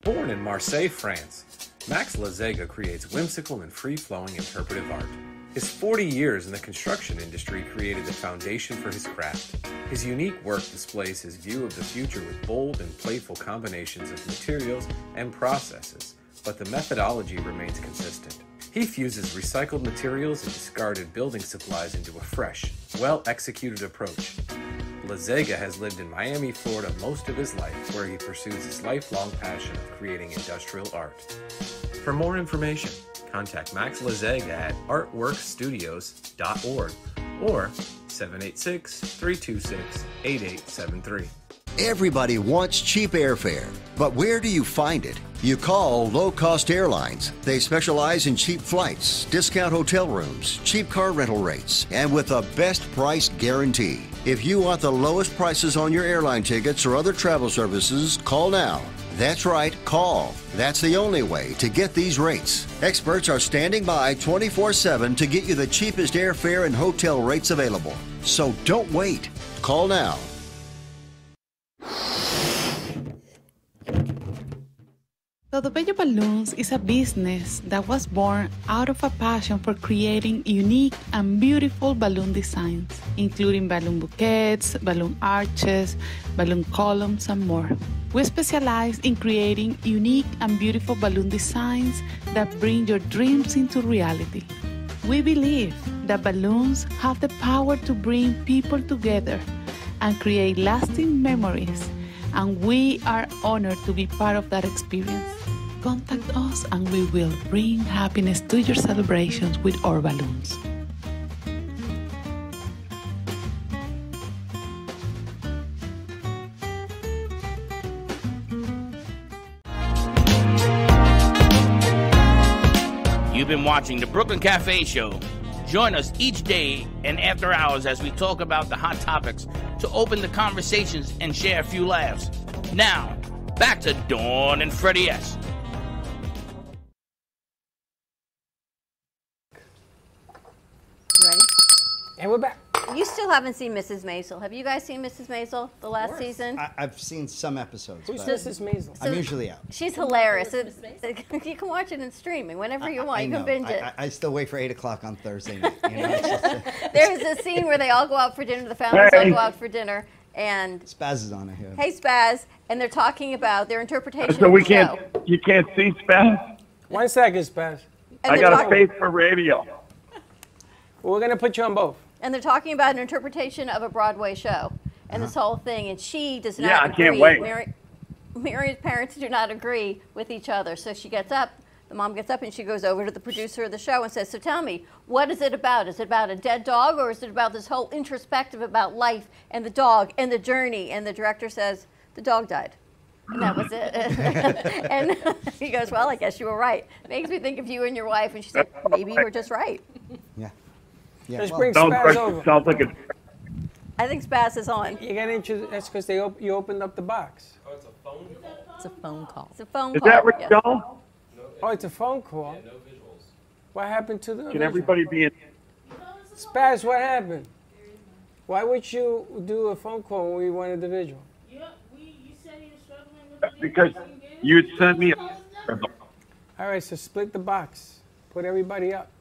Born in Marseille, France, Max Lazega creates whimsical and free flowing interpretive art. His 40 years in the construction industry created the foundation for his craft. His unique work displays his view of the future with bold and playful combinations of materials and processes, but the methodology remains consistent. He fuses recycled materials and discarded building supplies into a fresh, well executed approach. Lazega has lived in Miami, Florida most of his life, where he pursues his lifelong passion of creating industrial art. For more information, contact Max Lazega at artworkstudios.org or 786 326 8873. Everybody wants cheap airfare, but where do you find it? You call Low Cost Airlines. They specialize in cheap flights, discount hotel rooms, cheap car rental rates, and with the best price guarantee. If you want the lowest prices on your airline tickets or other travel services, call now. That's right, call. That's the only way to get these rates. Experts are standing by 24 7 to get you the cheapest airfare and hotel rates available. So don't wait. Call now, Todo Bello Balloons is a business that was born out of a passion for creating unique and beautiful balloon designs, including balloon bouquets, balloon arches, balloon columns, and more. We specialize in creating unique and beautiful balloon designs that bring your dreams into reality. We believe that balloons have the power to bring people together and create lasting memories, and we are honored to be part of that experience. Contact us and we will bring happiness to your celebrations with our balloons. You've been watching the Brooklyn Cafe Show. Join us each day and after hours as we talk about the hot topics to open the conversations and share a few laughs. Now, back to Dawn and Freddie S. Ready? And we're back. You still haven't seen Mrs. Maisel. Have you guys seen Mrs. Maisel the last season? I, I've seen some episodes. Who's but Mrs. Maisel? I'm usually out. She's hilarious. It- you can watch it in streaming whenever you want. I you know. can binge I, it. I, I still wait for eight o'clock on Thursday night. You know, it's just, There's a scene where they all go out for dinner. The families all Hey. go out for dinner, and Spaz is on it here. hey, Spaz, and they're talking about their interpretation. So of we the can't. show. You can't see Spaz. One second, Spaz. And I they're got a talking- face for radio. We're gonna put you on both. And they're talking about an interpretation of a Broadway show, and this whole thing. And she does not. Uh-huh. Yeah, I can't agree. wait. Mary, Mary's parents do not agree with each other, so she gets up. The mom gets up and she goes over to the producer of the show and says, "So tell me, what is it about? Is it about a dead dog, or is it about this whole introspective about life and the dog and the journey?" And the director says, "The dog died." And that was it. and he goes, Well, I guess you were right. Makes me think of you and your wife. And she said, Maybe you were just right. Yeah, Just well- bring Sounds Spaz like- over. sounds like a- I think Spaz is on. You gotta introduce. That's because they op- you opened up the box. It's a phone call. It's a phone Is call. that Rick yeah. Dahl? Oh, it's a phone call. It's What happened to the? Can everybody be in? Spaz, what happened? Why would you do a phone call when we wanted the visual? Because you had sent me. All right, so split the box. Put everybody up.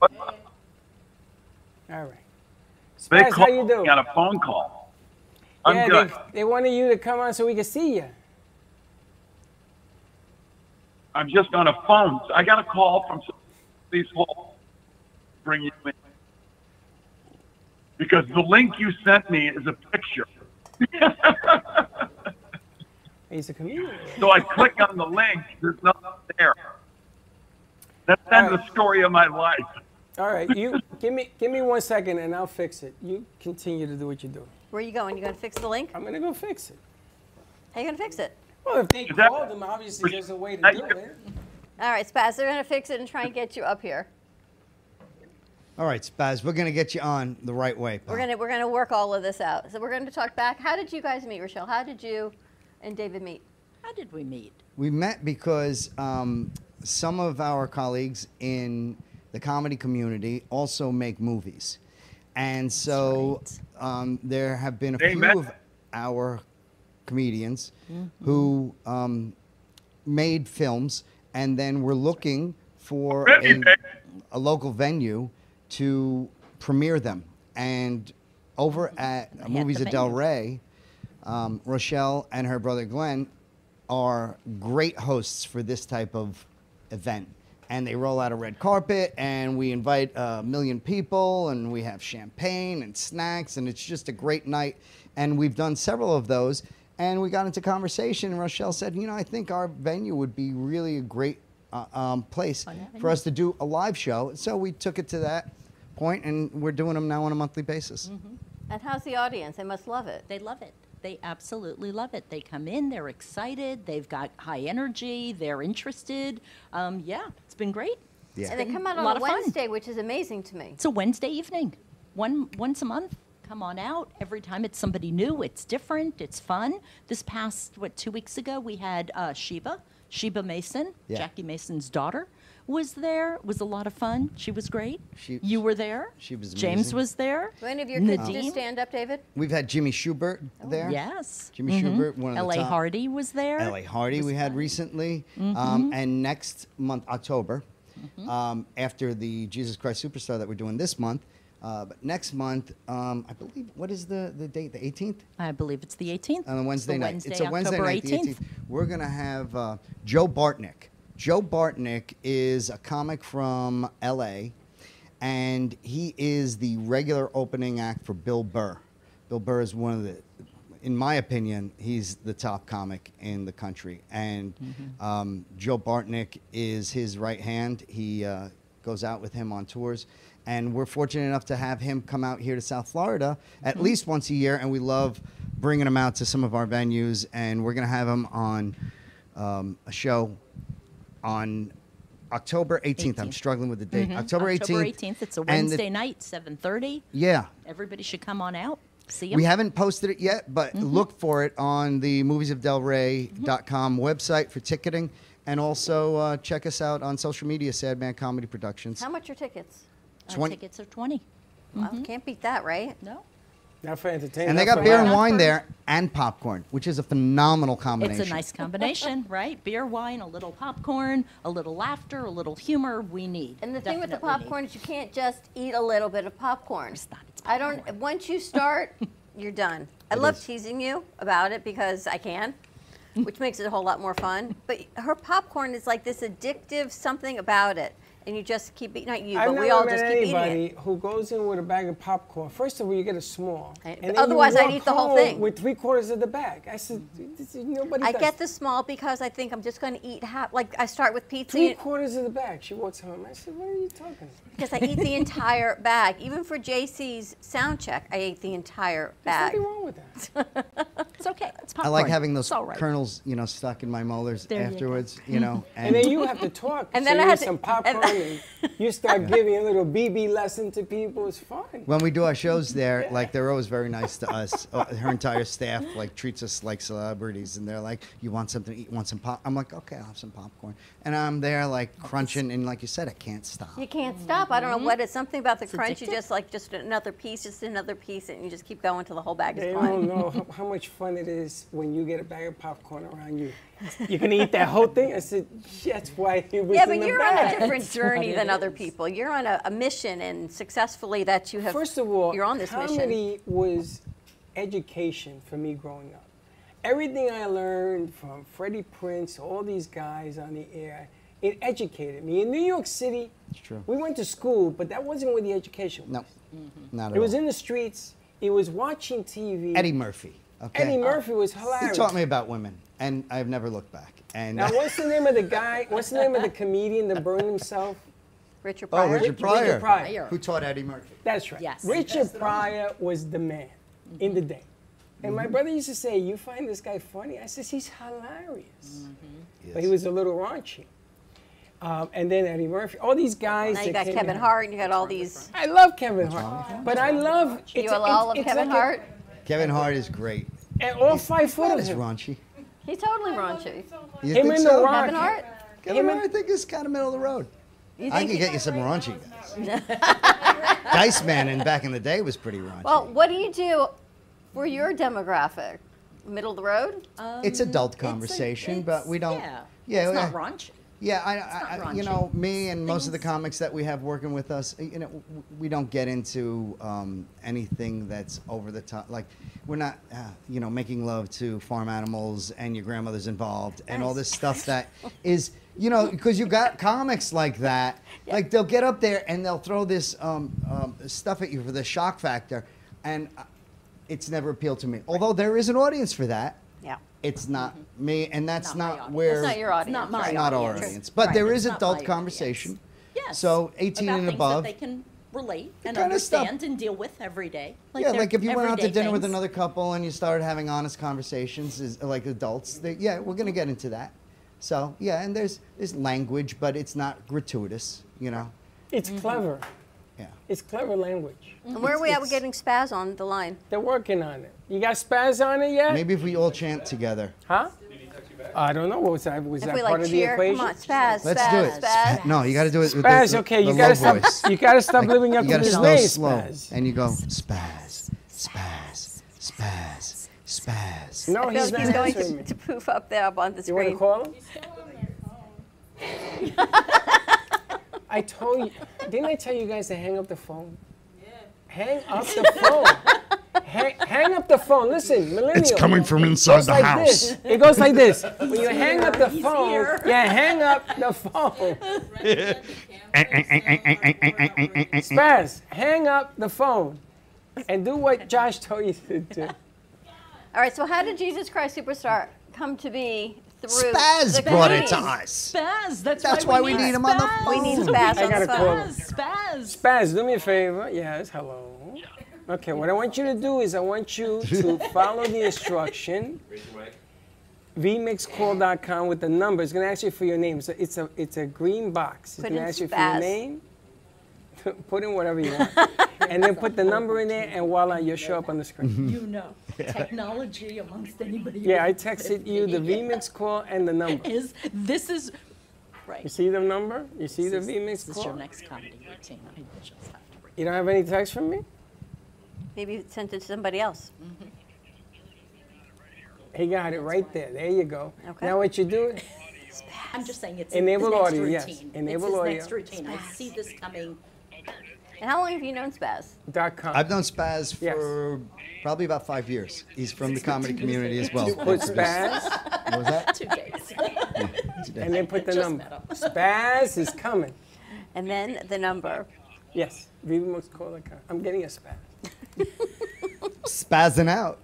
All right. They Spaz, how you called doing? me on a phone call. I'm yeah, good. They, they wanted you to come on so we could see you. I'm just on a phone. I got a call from some- please hold. Bring you in. Because the link you sent me is a picture. He's a comedian. So I click on the link. There's nothing there. That's been the story of my life. All right, you give me give me one second and I'll fix it. You continue to do what you're doing. Where you going? You gonna fix the link? I'm gonna go fix it. How you gonna fix it? Well, if they called him, obviously there's a way to do it. All right, Spaz, they're gonna fix it and try and get you up here. All right, Spaz, we're going to get you on the right way. pal. We're gonna we're gonna work all of this out. So we're gonna talk back. How did you guys meet, Rochelle? How did you and David meet? How did we meet? We met because um, some of our colleagues in the comedy community also make movies. And so um, there have been a They few met. of our comedians Mm-hmm. who um, made films and then were looking for a, a local venue to premiere them. And over at Movies the at Del venue. Rey, um, Rochelle and her brother Glenn are great hosts for this type of event. And they roll out a red carpet, and we invite a million people, and we have champagne and snacks, and it's just a great night. And we've done several of those, and we got into conversation. And Rochelle said, "You know, I think our venue would be really a great uh, um, place for us to do a live show." So we took it to that point, and we're doing them now on a monthly basis. And how's the audience? They must love it. They love it. They absolutely love it. They come in, they're excited, they've got high energy, they're interested. Um, yeah, it's been great. Yeah. And they come out a on lot a of fun. Wednesday, which is amazing to me. It's a Wednesday evening, one once a month. Come on out. Every time it's somebody new, it's different, it's fun. This past what two weeks ago we had uh, Sheba, Sheba Mason, Yeah. Jackie Mason's daughter, was there. It was a lot of fun. She was great. She, you were there. she was James amazing. was there. Do any of your kids do Nadine? stand up, David? We've had Jimmy Schubert there. Oh, Yes. Jimmy Mhm. Schubert, one of the L.A. top- Hardy was there. L.A. Hardy we had recently, Mhm. um, and next month October, Mm-hmm. um, after the Jesus Christ Superstar that we're doing this month, uh, but next month um, I believe what is the the date? The 18th. I believe it's the 18th. On a Wednesday night. it's a Wednesday October night. 18th. The 18th. We're gonna have uh, Joe Bartnick. Joe Bartnick is a comic from L.A. and he is the regular opening act for Bill Burr. Bill Burr is one of the in my opinion, he's the top comic in the country. And um, Joe Bartnick is his right hand. He uh, goes out with him on tours. And we're fortunate enough to have him come out here to South Florida at least once a year. And we love bringing him out to some of our venues. And we're going to have him on um, a show on October 18th. I'm struggling with the date. Mhm. October 18th. October 18th. It's a And the- Wednesday night, 7:30. Yeah. Everybody should come on out. See 'em. We haven't posted it yet, but Mm-hmm. look for it on the moviesofdelray.com website for ticketing. And also uh, check us out on social media, Sad Man Comedy Productions. How much are tickets? Our 20. tickets are 20. Wow, can't beat that, right? No. Not for entertainment. And they not got for beer and laughs. wine there and popcorn, which is a phenomenal combination. It's a nice combination, right? Beer, wine, a little popcorn, a little laughter, a little humor. We need. And the thing with the popcorn is you can't just eat a little bit of popcorn. It's not. I don't. Once you start, you're done. I It love is. teasing you about it because I can, which makes it a whole lot more fun. But her popcorn is like this addictive something about it, and you just keep eating. Not you, I've but we never all met just keep anybody eating it. who goes in with a bag of popcorn. First of all, you get a small. and then you otherwise I'd walk eat the whole home thing. With three quarters of the bag. I said, this is, nobody I does get the small because I think I'm just going to eat half. Like I start with pizza. Three quarters of the bag. She walks home. I said, what are you talking about? Because I eat the entire bag. Even for JC's sound check, I ate the entire bag. There's nothing wrong with that. It's okay. It's I popcorn. like having those It's all right. kernels, you know, stuck in my molars There you go. afterwards. You know, And then you have to talk. And so then I you have had to- some popcorn and, you start giving a little BB lesson to people. It's fun. when we do our shows there, like they're always very nice to us. Uh, Her entire staff like treats us like celebrities, and they're like, "You want something to eat? Want some pop?" I'm like, "Okay, I'll have some popcorn." And I'm there like crunching, and like you said, I can't stop. You can't stop. I don't know what it's something about the Mm-hmm. It's crunch. addictive. You just like just another piece, just another piece, and you just keep going till the whole bag is They gone. don't know how, how much fun it is when you get a bag of popcorn around you. You're gonna eat that whole thing. I said, that's why it was yeah, in but the you're on bag. a different journey than other people. You're on a, a mission, and successfully that you have. First of all, you're on this mission. comedy was education for me growing up. Everything I learned from Freddie Prince, all these guys on the air, it educated me. In New York City, It's true. we went to school, but that wasn't where the education was. No, not at It was all. in the streets. It was watching TV. Eddie Murphy. Okay. Eddie Murphy was He hilarious. taught me about women, and I've never looked back. And Now, what's the name of the guy? What's the name of the comedian that burned himself? Richard oh, Richard Pryor, Richard Pryor. who taught Eddie Murphy. That's right. Yes. Richard Pryor was the man in the day. And Mm-hmm. my brother used to say, You find this guy funny? I says, He's hilarious. Mm-hmm. But he was a little raunchy. Um, and then Eddie Murphy, all these guys. Now you that got came Kevin in. Hart, and you got all these. I love Kevin Hart. But I love. You it's- all it's- love it's Kevin like a- Hart? Kevin Hart is great. And all five foot That of is him. raunchy. He's totally raunchy. You Him think and so? The Rock. Kevin Hart. Kevin Hart, I think is kind of middle of the road. You I think could he- get you some raunchy guys. Dice Man, in back in the day, was pretty raunchy. Well, what do you do for your demographic? Middle of the road? it's Um, adult conversation, but we don't. yeah. yeah It's not yeah. raunchy. Yeah, I, I, not I- you raunchy. know, me and most of the comics that we have working with us, you know, w- we don't get into um, anything that's over the top. Like, we're not, uh, you know, making love to farm animals and your grandmother's involved and all this stuff that is, you know, because you got comics like that. Like, they'll get up there and they'll throw this um, um, stuff at you for the shock factor, and uh, it's never appealed to me. Although there is an audience for that. Yeah. Mm-hmm. It's not me, and that's not, That's where not your audience. not it's my not our audience. audience, but Right, there it's is not my adult audience. conversation. Yes. So 18 About and things above. That they can relate and kinda stuff- understand and deal with every day. yeah, like they're if you went out to everyday dinner with things. another couple and you started having honest conversations, is, like adults, they, yeah, we're gonna get into that. So yeah, and there's there's language, but it's not gratuitous, you know. It's clever. Yeah. It's clever language. Mm-hmm. And where are we at? We're getting spaz on the line. They're working on it. You got spaz on it yet? Maybe if we all chant together. Huh? I don't know. What was that? Was If that we part like of the cheer, equation? come on, Let's spaz, do spaz, it. spaz. No, you got to do it. with the- Spaz, the- okay, the you gotta low stop- voice. you gotta stop living up you to gotta his slow, name, slow, spaz. and you go spaz, spaz, spaz, spaz. I feel like he's going to, to poof up there up on the You screen. want to call him? I told you, didn't I tell you guys to hang up the phone? Hang up the phone. hang, hang up the phone. Listen, millennial. coming from inside goes the like house. This. It goes like this. When you He's hang up here. the He's phone, here. yeah, hang up the phone. Spaz, hang up the phone, and do what Josh told you to do. All right, so how did Jesus Christ Superstar come to be through? Spaz the brought it to comedians? us. Spaz. That's, That's why we need him on the spaz. phone. We need spaz I on the gotta call phone. him. Spaz. Spaz, do me a favor. Yes, hello. Okay, what I want you to do is I want you to follow the instruction. vmixcall.com with the number. It's going to ask you for your name. So it's a it's a green box. It's Put going to in ask you for your spaz. name. put in whatever you want, and then put the number in there, and voila, you'll show up on the screen. You know, technology amongst anybody. Yeah, I else. texted you the vmix call and the number. Is this is You right? see the number? You see the This is- vmix This is your call? next comedy routine. I just have to bring. You don't have any text from me? Maybe sent it to somebody else. Mm-hmm. He got it right there. There you go. Okay. Now what you do? I'm just saying it's Enable his next audio, yes. routine. Enable it's his audio. next routine. I see this coming. And how long have you known Spaz? Dot com. I've known Spaz for probably about five years. He's from the comedy community as well. You put Spaz. What was that? Two days. And then put the Just number. met him. Spaz is coming. And then the number. Yes. VivaMoxCall.com. I'm getting a spaz. Spazzing out.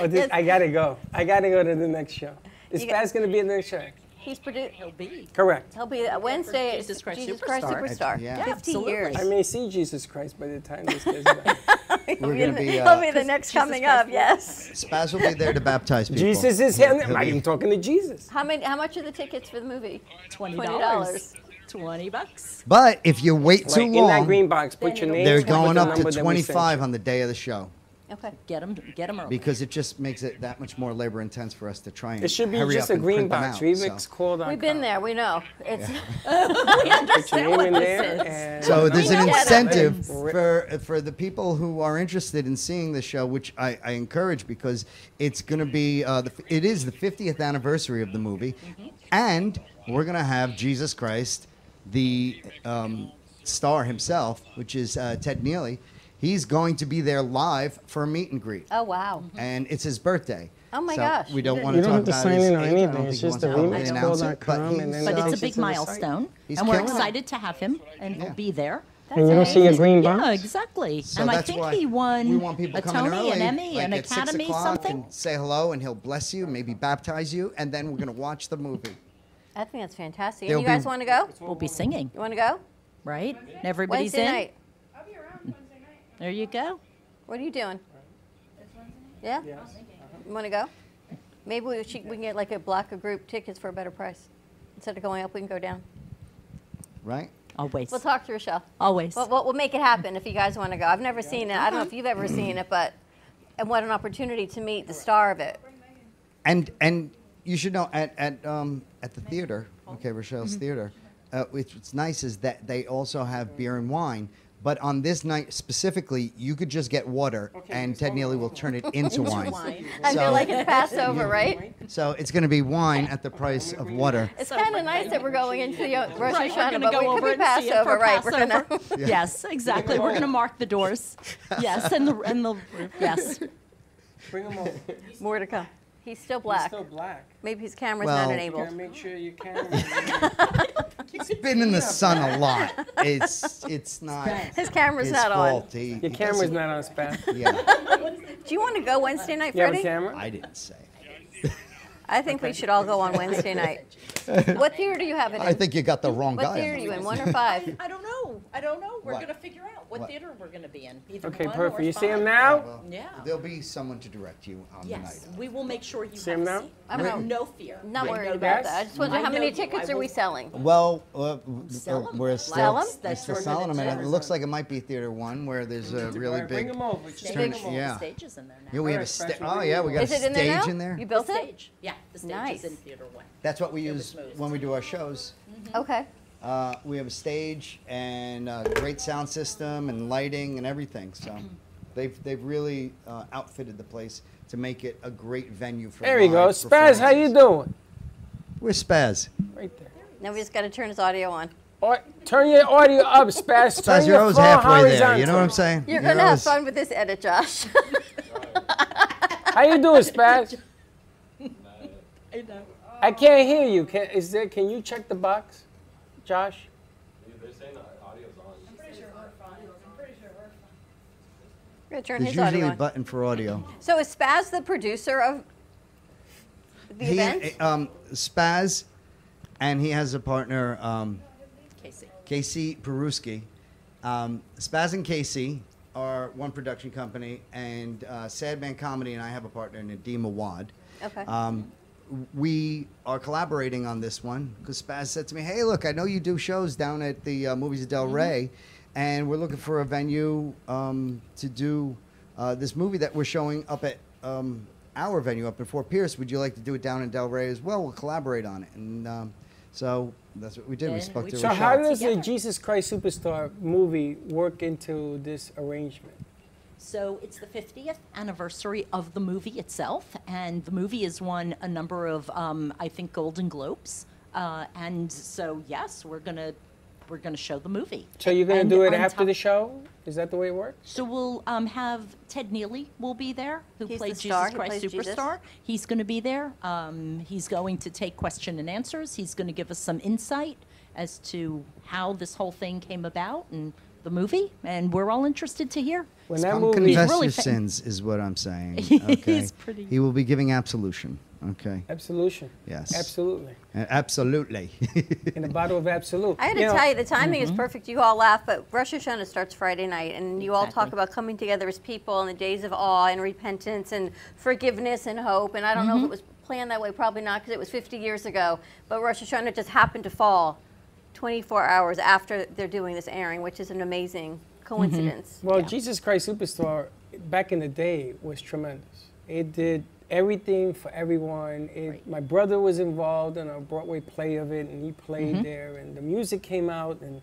Oh, this, I gotta go. I gotta go to the next show. Is Spaz gonna be at the next show? He's produced. He'll be. Correct. He'll be a Wednesday. at Jesus Christ Jesus Christ Superstar. Superstar. Yeah, 50 absolutely. years. I may see Jesus Christ by the time this gets done. We're going to be. He'll Uh, be the next coming up. Yes. Spaz will be there to baptize people. Jesus is here. I'm even talking to Jesus. How many? How much are the tickets for the movie? Twenty dollars. Twenty bucks. But if you wait too Right, in that long, green box, put your name, They're put the going up number to that we sent 25 you. on the day of the show Okay. Get them. Get them early. because it just makes it that much more labor intense for us to try and. It should be hurry just up a and green print them box. out, We've so. We've been there. We know. It's. we Put your understand name what in this there. is. and- So We there's an know. incentive for for the people who are interested in seeing the show, which I, I encourage because it's going to be uh, the, it is the 50th anniversary of the movie, and we're going to have Jesus Christ, the um, star himself, which is uh, Ted Neely. He's going to be there live for a meet and greet, Oh wow. and it's his birthday. Oh my so gosh. We don't You want you to don't talk about have to sign his in or age. I don't anything. think It's he just wants the to publicly announce it, but remixscore.com and he's, then. But um, it's a big milestone, He's and we're killing it. excited to have him, and he'll be there. And you don't see a green box? Yeah, exactly. So and I that's think why he won we want people a coming Tony, early, an Emmy, like an at 6 Academy, o'clock, something. and say hello, and he'll bless you, maybe baptize you, and then we're gonna watch the movie. I think that's fantastic. There'll and you guys be- want to go? We'll be singing, You want to go? right? And everybody's Wednesday in. night. There you go. What are you doing? Yeah. Oh, Uh-huh. You want to go? Maybe we, should, we can get like a block of group tickets for a better price. Instead of going up, we can go down. Right? Always. We'll talk to Rochelle. Always. We'll, we'll, we'll make it happen if you guys want to go. I've never seen it. I don't Mm-hmm. know if you've ever seen it, but and what an opportunity to meet the star of it. And and you should know at at um, at the theater, okay, Mm-hmm. Rochelle's theater. Uh, which, what's nice is that they also have beer and wine. But on this night specifically, you could just get water, and Ted Neely will turn it into wine. I feel So- like it's Passover, right? So it's going to be wine at the price of water. It's kind of nice that we're going into the Right, Rosh we're Hashanah, gonna but go we could over be and see it Passover, for right? We're gonna. Passover. Yes, exactly. We're going to mark the doors. Yes, and the and the yes. Bring them over. More to come. He's still black. still black. Maybe his camera's Well- not enabled. Make sure you can. It's been in the sun a lot. It's it's not. His camera's his not on. fault. He- Your he camera's doesn't- not on spam. Yeah, Do you want to go Wednesday night, You have a Freddie? camera? I didn't say. I think we should all go on Wednesday night. What theater do you have it in? I think you got the wrong What guy. theater are you in? One or five? I don't know. I don't know. We're What? going to figure out what, What? theater we're going to be in. Either Okay, one perfect. Or You see him five. now? Yeah. There'll be someone to direct you on Yes, the we will make sure you See have him a now? seat. I don't have know. no fear. Not I worried know that. about that. I just wonder I how know many you. tickets I are we will- selling? night. Well, uh, Sell 'em. uh, we're still, Sell 'em? That's Mr. what we're gonna Solomon, do. it looks like it might be theater one where there's a really Bring big. 'em over, just turn- bring 'em over. yeah. Stages in there now. Yeah, we have a Alright, stage. special Oh yeah, we got Is a it in there stage now? in there. You The built it? stage. Yeah, the stage is Nice. in theater one. That's what we It was use moved. Mm-hmm. when we do our shows. Okay. Uh, we have a stage and a great sound system and lighting and everything. So they've they've really uh, outfitted the place to make it a great venue for. There you go. live Spaz, how you performances. doing? Where's Spaz? Right there. Now we just got to turn his audio on. Or- turn your audio up, Spaz. Turn Spaz, you're your always phone halfway there. horizontal. You know what I'm saying? You're gonna have always- fun with this edit, Josh. How you doing, Spaz? I know. I can't hear you. Can is there? Can you check the box, Josh? We're gonna turn There's his audio usually a on. button for audio. So is Spaz the producer of the He event? um, Spaz, and he has a partner. Um, Casey. Casey Peruski. Um, Spaz and Casey are one production company, and uh, Sad Man Comedy and I have a partner, Nadim Awad. Okay. Um, we are collaborating on this one because Spaz said to me, "Hey, look, I know you do shows down at the uh, Movies of Del Mm-hmm. Rey, and we're looking for a venue um, to do uh, this movie that we're showing up at um, our venue up in Fort Pierce. Would you like to do it down in Del Rey as well? We'll collaborate on it." And um, so that's what we did. we Then spoke we to So Rochelle. how does the together. Jesus Christ Superstar movie work into this arrangement? So it's the 50th anniversary of the movie itself, and the movie has won a number of, um, I think, Golden Globes. Uh, and so yes, we're gonna we're gonna show the movie. So you're gonna And do on it after top- the show? Is that the way it works? So we'll um, have Ted Neely will be there, who He's played the star, Jesus he Christ plays Jesus. Superstar. He's going to be there. Um, he's going to take question and answers. He's going to give us some insight as to how this whole thing came about and the movie. And we're all interested to hear. When Come movie- confess Really your fa- sins is what I'm saying. Okay? pretty- He will be giving absolution. Okay. Absolution. Yes. Absolutely. Uh, Absolutely. In a bottle of absolute. I got to You know- mm-hmm. tell you, the timing is perfect. You all laugh, but Rosh Hashanah starts Friday night, and you all talk Exactly. about coming together as people in the days of awe and repentance and forgiveness and hope. And I don't know if Mm-hmm. Mhm. it was planned that way, probably not, because it was 50 years ago. But Rosh Hashanah just happened to fall 24 hours after they're doing this airing, which is an amazing Mm-hmm. coincidence. Well, Jesus Christ Superstar back in the day was tremendous. It did everything for everyone. It, My brother was involved in a Broadway play of it, and he played Mm-hmm. Mhm. there. And the music came out, and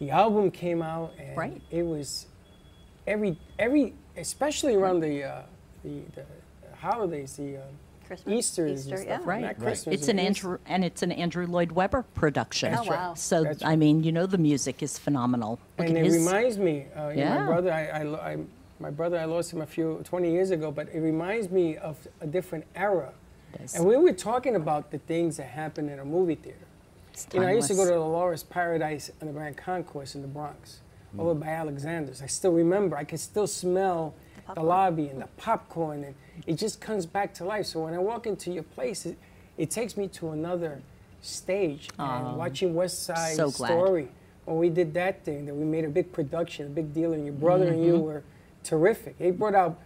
the album came out, and it was every every especially around the uh, the, the holidays, the uh, Christmas, Easter, Easter, and stuff, yeah. not Right. Right. Christmas, It's an Easter. Andrew and it's an Andrew Lloyd Webber production. That's Oh, right. wow. So That's I mean, you know, the music is phenomenal. Look and at it his- reminds me, uh, you know, Yeah. my brother, I, I, lo- I, my brother, I lost him a few 20 years ago, but it reminds me of a different era. And we were talking about the things that happen in a movie theater. You know, I used to go timeless. to the Laura's Paradise and the Grand Concourse in the Bronx, over by Alexander's. I still remember. I can still smell the lobby and the popcorn, and it just comes back to life. So when I walk into your place, it, it takes me to another stage. Aw. and watching West Side So glad. Story, when we did that thing, that we made a big production, a big deal, and your brother and you Mhm. were terrific. They brought out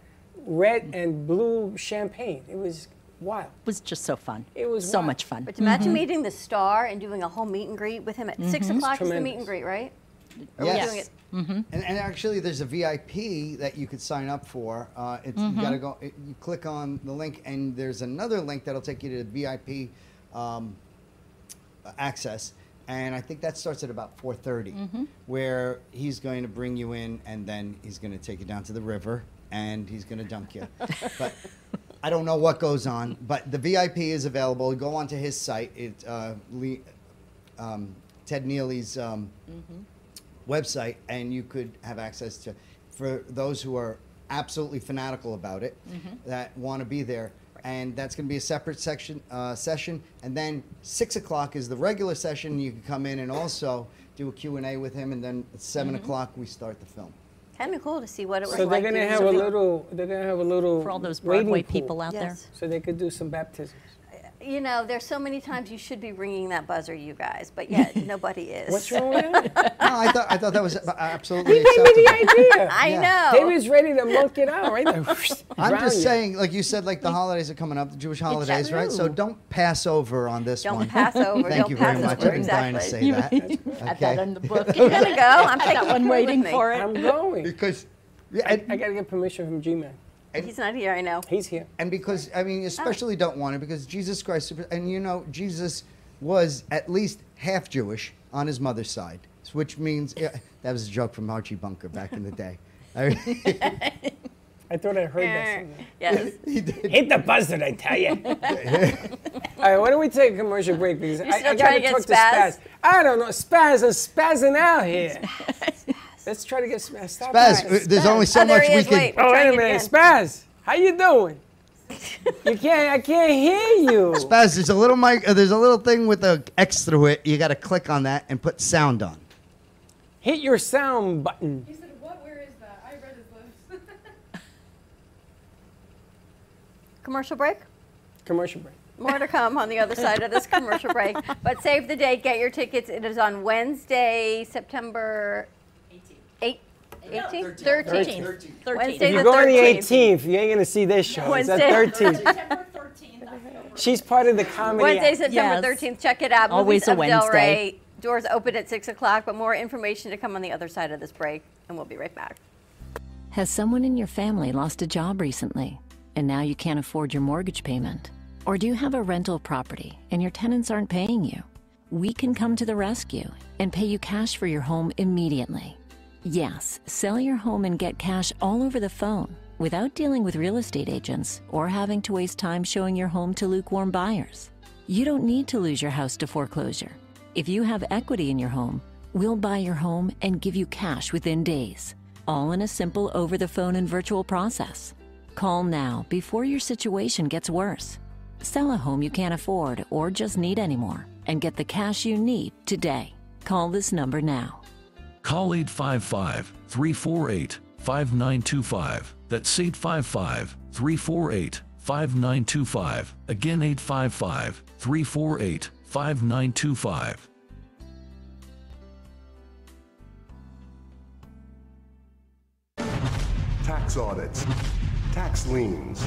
red and blue champagne. It was wild. It was just so fun. It was so wild. much fun. Mm-hmm. But imagine Mm-hmm. meeting the star and doing a whole meet and greet with him at 6 Mhm. It's o'clock is the meet tremendous. and greet, right? Or we're Oh, doing Yes. it- And, and actually, there's a VIP that you could sign up for. Uh, it's, Mhm. You gotta go. It, you click on the link, and there's another link that'll take you to VIP um, access. And I think that starts at about 4:30, Mhm. where he's going to bring you in, and then he's going to take you down to the river, and he's going to dunk you. but I don't know what goes on, but the VIP is available. Go onto his site. It uh, Lee, um, Ted Neely's. Um, website and you could have access to for those who are absolutely fanatical about it Mhm. that want to be there and that's going to be a separate section uh, session and then six o'clock is the regular session you can come in and also do a q&a with him and then at 7 Mhm. o'clock we start the film Kind of cool to see what it was So they're like. gonna doing have a something- little. They're gonna have a little For all those waiting Broadway pool. people out there. Yes. So they could do some baptisms. You know, there's so many times you should be ringing that buzzer, you guys, but yet nobody is. What's wrong with that? no i thought i thought that was a- absolutely He gave me acceptable. the idea. I Yeah. know. David's ready to monk it out right I'm there. Drown just you. saying, like you said, like the holidays are coming up, the Jewish holidays, right? So true. don't pass over on this Don't one. pass over, Thank don't you pass very much. over, I've been dying to exactly. say You- that. Add that in the book. Okay. You're gonna go. I'm Add taking that one you with waiting me. for it. I'm going. Because I, I gotta get permission from G-Man. He's not here, I know. He's here. And because I Oh. mean, especially don't want it because Jesus Christ, super- and you know, Jesus was at least half Jewish on his mother's side, which means yeah, that was a joke from Archie Bunker back in the day. I- I thought I heard that. somewhere. Yes. Hit the buzzer, I tell you. All right, why don't we take a commercial break? Because You're I, still I trying gotta to get talk spaz? to Spaz. I don't know. Spaz is spazzing out here. Let's try to get Spaz. Stop Spaz, by. uh, there's only so Oh, there much he we is. can- Wait, we're Oh, wait trying a it minute. Spaz, how you doing? You can't. I can't hear you. Spaz, there's a little mic, uh, there's a little thing with a X through it. You got to click on that and put sound on. Hit your sound button. He said, "What? Where is that? I read his lips." Commercial break? Commercial break. More to come on the other side of this commercial break. But save the date, get your tickets. It is on Wednesday, September 18th. 18th? 13th. If Wednesday the you go on the 13th. 18th, you ain't gonna see this show. It's at 13th. She's part of the comedy. Wednesday, act. September 13th. Check it out. Always Movies a of Del Wednesday. Rey. Doors open at 6 o'clock, but more information to come on the other side of this break, and we'll be right back. Has someone in your family lost a job recently and now you can't afford your mortgage payment? Or do you have a rental property and your tenants aren't paying you? We can come to the rescue and pay you cash for your home immediately. Yes, sell your home and get cash all over the phone without dealing with real estate agents or having to waste time showing your home to lukewarm buyers. You don't need to lose your house to foreclosure. If you have equity in your home, we'll buy your home and give you cash within days, all in a simple over the phone and virtual process. Call now before your situation gets worse. Sell a home you can't afford or just need anymore and get the cash you need today. Call this number now. Call 855 348 5925. That's 855 348 5925. Again, 855 348 5925. tax audits, tax liens,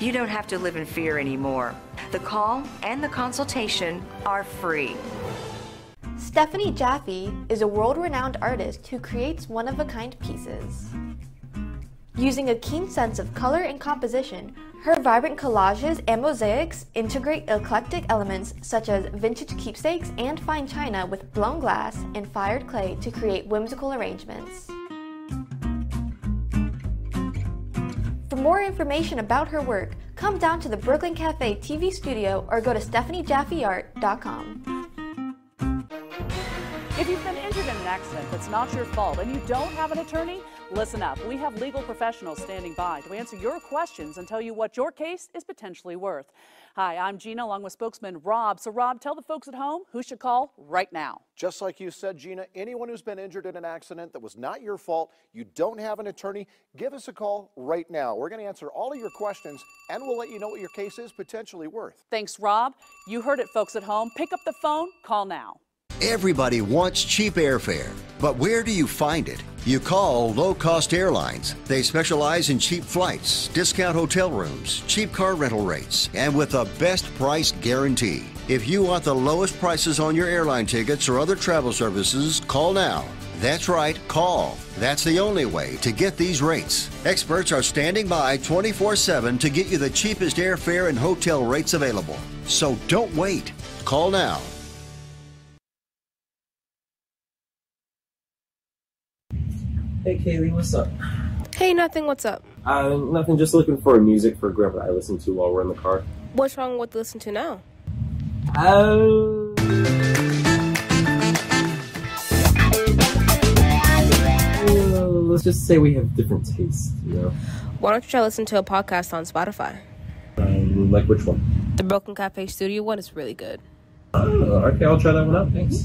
You don't have to live in fear anymore. The call and the consultation are free. Stephanie Jaffe is a world renowned artist who creates one of a kind pieces. Using a keen sense of color and composition, her vibrant collages and mosaics integrate eclectic elements such as vintage keepsakes and fine china with blown glass and fired clay to create whimsical arrangements. For more information about her work, come down to the Brooklyn Cafe TV studio or go to StephanieJaffeArt.com. If you've been injured in an accident that's not your fault and you don't have an attorney, listen up. We have legal professionals standing by to answer your questions and tell you what your case is potentially worth. Hi, I'm Gina along with spokesman Rob. So, Rob, tell the folks at home who should call right now. Just like you said, Gina, anyone who's been injured in an accident that was not your fault, you don't have an attorney, give us a call right now. We're going to answer all of your questions and we'll let you know what your case is potentially worth. Thanks, Rob. You heard it, folks at home. Pick up the phone, call now. Everybody wants cheap airfare, but where do you find it? You call Low Cost Airlines. They specialize in cheap flights, discount hotel rooms, cheap car rental rates, and with the best price guarantee. If you want the lowest prices on your airline tickets or other travel services, call now. That's right, call. That's the only way to get these rates. Experts are standing by 24 7 to get you the cheapest airfare and hotel rates available. So don't wait. Call now. Hey Kaylee, what's up? Hey, nothing. What's up? Uh, nothing, just looking for music for grandpa I listen to while we're in the car. What's wrong with listen to now? Oh. Uh, let's just say we have different tastes, you know? Why don't you try listen to a podcast on Spotify? Um, like which one? The Broken Cafe Studio one is really good. Oh, okay, I'll try that one out, thanks.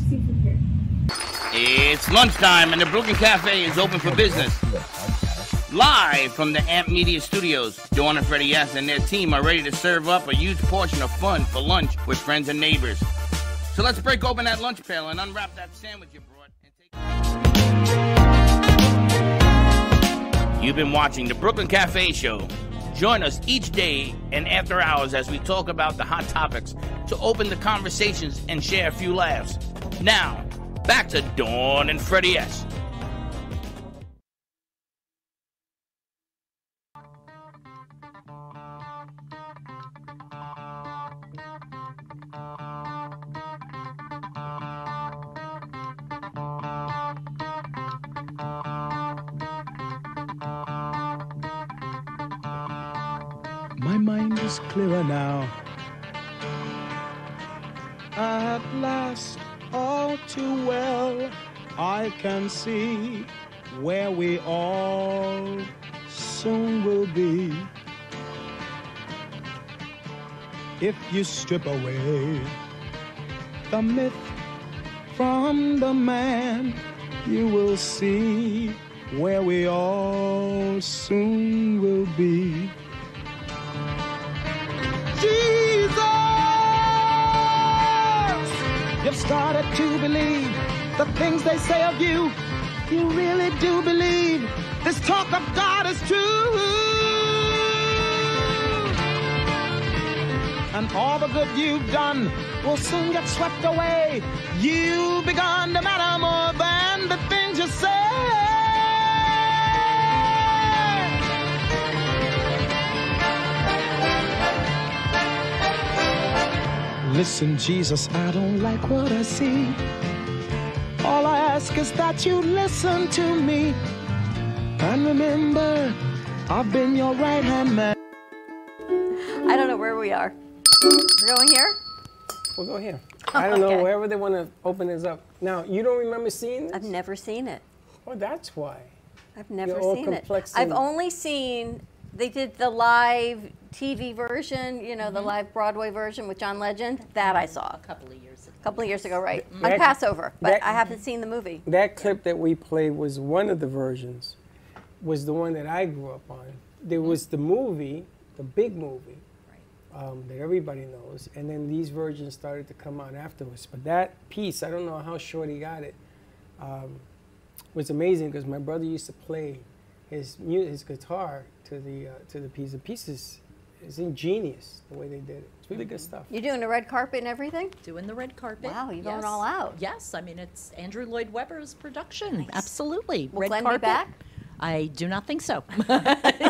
It's lunchtime, and the Brooklyn Cafe is open for business. Live from the AMP Media Studios, Dawn and Freddie S. and their team are ready to serve up a huge portion of fun for lunch with friends and neighbors. So let's break open that lunch pail and unwrap that sandwich you brought. And take- You've been watching the Brooklyn Cafe Show. Join us each day and after hours as we talk about the hot topics to open the conversations and share a few laughs. Now, back to Dawn and Freddie S. Thank you. My mind is clearer now. At last, all too well, I can see where we all soon will be. If you strip away the myth from the man, you will see where we all soon will be. Jesus! You've started to believe the things they say of you. You really do believe this talk of God is true. And all the good you've done will soon get swept away. You've begun to matter more than the things you say. Listen, Jesus, I don't like what I see. All I ask is that you listen to me. And remember, I've been your right hand man. I don't know where we are. We're going here? We'll go here. I don't Okay. know, wherever they want to open this up. Now, you don't remember seeing this? I've never seen it. Well, that's why. I've never all seen it. complex I've and- only seen they did the live TV version, you know, Mm-hmm. the live Broadway version with John Legend. That I saw a couple of years ago. A couple of years ago, right? Th- On that- Passover, but that- I haven't seen the movie. That clip that we played was one of the versions, was the one that I grew up on. There was the movie, the big movie, um, that everybody knows, and then these versions started to come out afterwards. But that piece, I don't know how short he got it, um, was amazing because my brother used to play his mu- his guitar to the uh, to the piece. The piece is, is ingenious the way they did it. It's really good stuff. You're doing the red carpet and everything? Doing the red carpet. Wow, you're yes. going all out. Yes, I mean it's Andrew Lloyd Webber's production. Absolutely. Will red Glenn be carpet. back? I do not think so.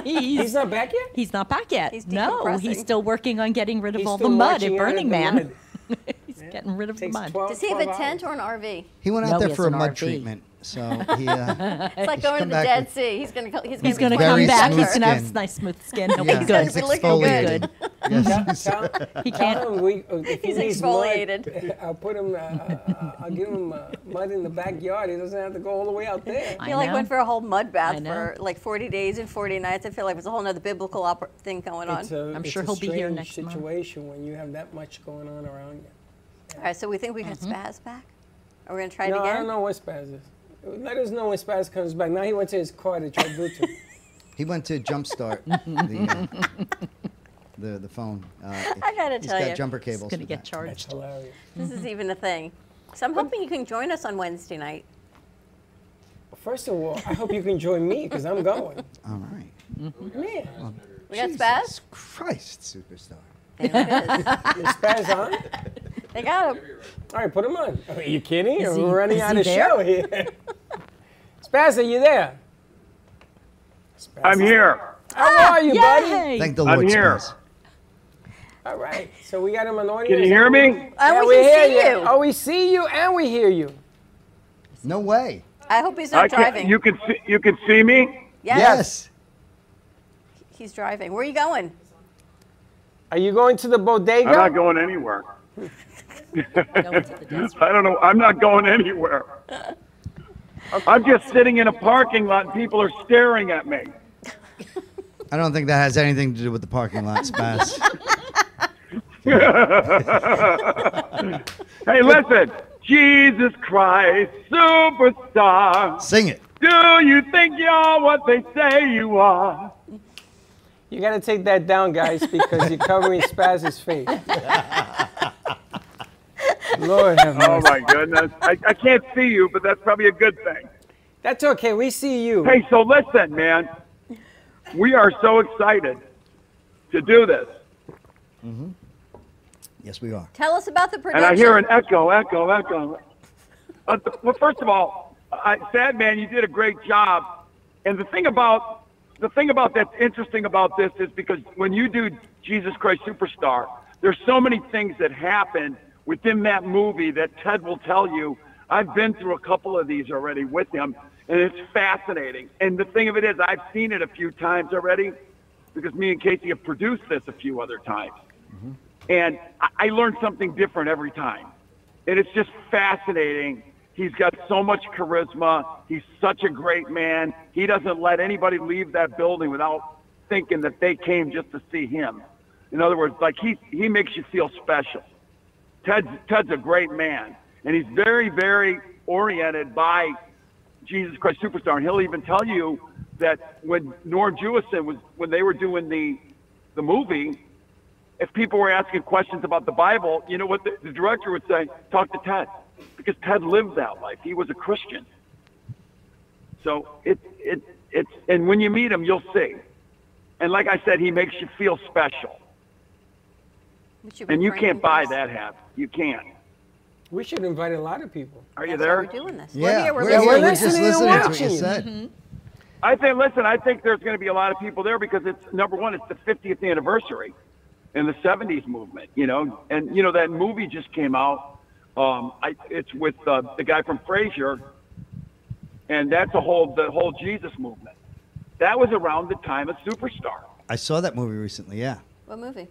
he's, not back yet. He's not back yet. He's no, he's decompressing. still working on getting rid of He's all the still mud marching at out of Burning the Man. mud. he's getting rid of the mud. Does he have a tent or an RV? He went out No, there he for a has an mud RV. treatment, so he. Uh, It's like he's going come to the back Dead with- Sea. He's going to go, he's He's going to gonna be Very Come back. smooth He's gonna have skin. nice smooth skin. He'll Yeah, be good. he's exfoliated. Yes. Tell, He tell him we, uh, if he He's needs mud, exfoliated. I'll put him. Uh, uh, I'll give him uh, mud in the backyard. He doesn't have to go all the way out there. He like went for a whole mud I bath know. for like 40 days and 40 nights. I feel like it was a whole nother biblical opera thing going on. It's a- it's a strange situation when you have that much going on around you. All right, so we think we Mm-hmm. got Spaz back? Are we going to try no, it again? I don't know what Spaz is. Let us know when Spaz comes back. Now he went to his car to try Bluetooth. He went to jumpstart the, uh, the the phone. Uh, I gotta he's tell got you, jumper he's cables. gonna for get that. charged. That's hilarious. This is even a thing. So I'm hoping you can join us on Wednesday night. First of all, I hope you can join me because I'm going. All right. Man. We got Spaz? Christ, superstar. Is Spaz on? They got him. All right, put him on. Are you kidding? Is We're he- running is out he of there? show here. Spaz, are you there? I'm here. Ah, How are you, buddy? yay! Thank the I'm Lord, here. Spaz. All right, so we got him on audio. Can you hear me? And yeah, Oh, we we can hear see you. you. Oh, we see you and we hear you. No way. I hope he's not I driving. can, you can see, you can see me. Yes. Yes. He's driving. Where are you going? Are you going to the bodega? I'm not going anywhere. I don't know. I'm not going anywhere. I'm just sitting in a parking lot. and People are staring at me. I don't think that has anything to do with the parking lot, Spaz. hey, listen. Jesus Christ, superstar. Sing it. Do you think you're what they say you are? You got to take that down, guys, because you're covering Spaz's face. Lord have Oh mercy. my goodness. I, I can't see you, but that's probably a good thing. That's okay. We see you. Hey, so listen, man. We are so excited to do this. Yes, we are. Tell us about the And production. I hear an echo, echo, echo. Uh, th- well, first of all, I, Sad Man, you did a great job. And the thing about the thing about that's interesting about this is because when you do Jesus Christ Superstar, there's so many things that happen within that movie that Ted will tell you. I've been through a couple of these already with him, and it's fascinating. And the thing of it is, I've seen it a few times already, because me and Casey have produced this a few other times. And I, I learn something different every time. And it's just fascinating. He's got so much charisma. He's such a great man. He doesn't let anybody leave that building without thinking that they came just to see him. In other words, like he, he makes you feel special. Ted's, Ted's a great man, and he's very, very oriented by Jesus Christ Superstar. And he'll even tell you that when Norm Jewison was, when they were doing the, the movie, if people were asking questions about the Bible, you know what the, the director would say? Talk to Ted, because Ted lived that life. He was a Christian. So it, it, it's, and when you meet him, you'll see. And like I said, he makes you feel special. And you can't buy that hat. You can't. We should invite a lot of people. Are you there? Yeah, we're, here. We're listening and watching. I think, listen, I think there's going to be a lot of people there because it's number one, it's the 50th anniversary in the 70s movement, you know, and you know that movie just came out. Um, I, it's with uh, the guy from Frasier, and that's a whole the whole Jesus movement. That was around the time of Superstar. I saw that movie recently. Yeah. What movie?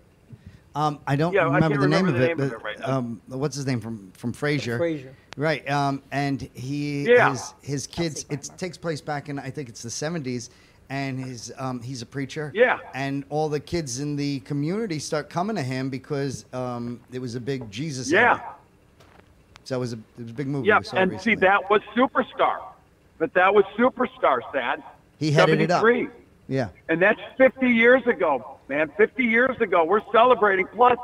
Um, I don't Yeah, I remember, can't the name remember of the it, name of but it right now. um, what's his name from from Frasier? Frasier. Right. Um, and he Yeah. his his kids. It takes place back in I think it's the seventies, and his um, he's a preacher. Yeah. And all the kids in the community start coming to him because um, it was a big Jesus. Yeah. era. So it was a it was a big movie. Yeah, we saw and recently. see that was Superstar, but that was Superstar. Sad. He headed it up. 73. Yeah. And that's 50 years ago, man. 50 years ago. We're celebrating. Plus,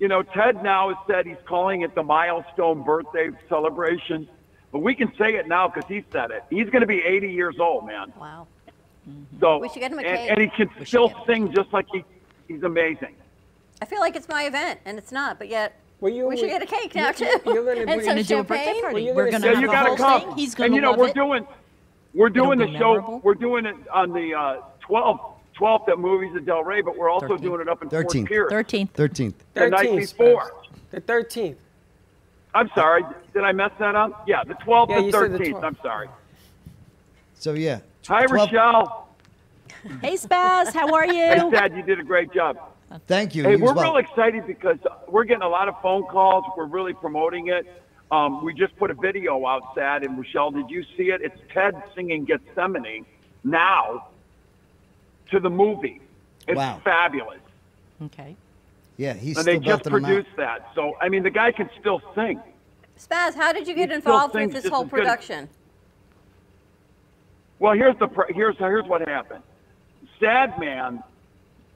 you know, Ted now has said he's calling it the milestone birthday celebration. But we can say it now because he said it. He's going to be 80 years old, man. Wow. Mm-hmm. So, We should get him a cake. and, and he can still sing just like he, he's amazing. I feel like it's my event, and it's not, but yet we should get a cake now, too. you- you're gonna- And we're some gonna do a champagne. birthday party. Well, you're Yeah, We're gonna have you the gotta whole come. thing. He's and gonna you know, love we're it. doing, we're It'll doing be the show. memorable. We're doing it on the uh, 12th, 12th at Movies at Del Rey, but we're also doing it up in Fort Thirteenth. Pierce. Thirteenth. The night 13th, before. The 13th. I'm sorry. Did I mess that up? Yeah, the 12th Yeah, you and said the 13th. 12th. I'm sorry. So yeah. Hi, 12 Rochelle. Hey, Spaz, how are Hey, you? Dad, you did a great job. Thank you. Hey, you as we're well. real excited because we're getting a lot of phone calls. We're really promoting it. Um, we just put a video out, Sad. And Rochelle, did you see it? It's Ted singing Gethsemane now to the movie. It's Wow. fabulous. Okay. Yeah, he's and still they just belting 'em out. produced that. So, I mean, the guy can still sing. Spaz, how did you get He still involved with sings this just whole as good as- production? Well, here's the pr- here's here's what happened. Sad Man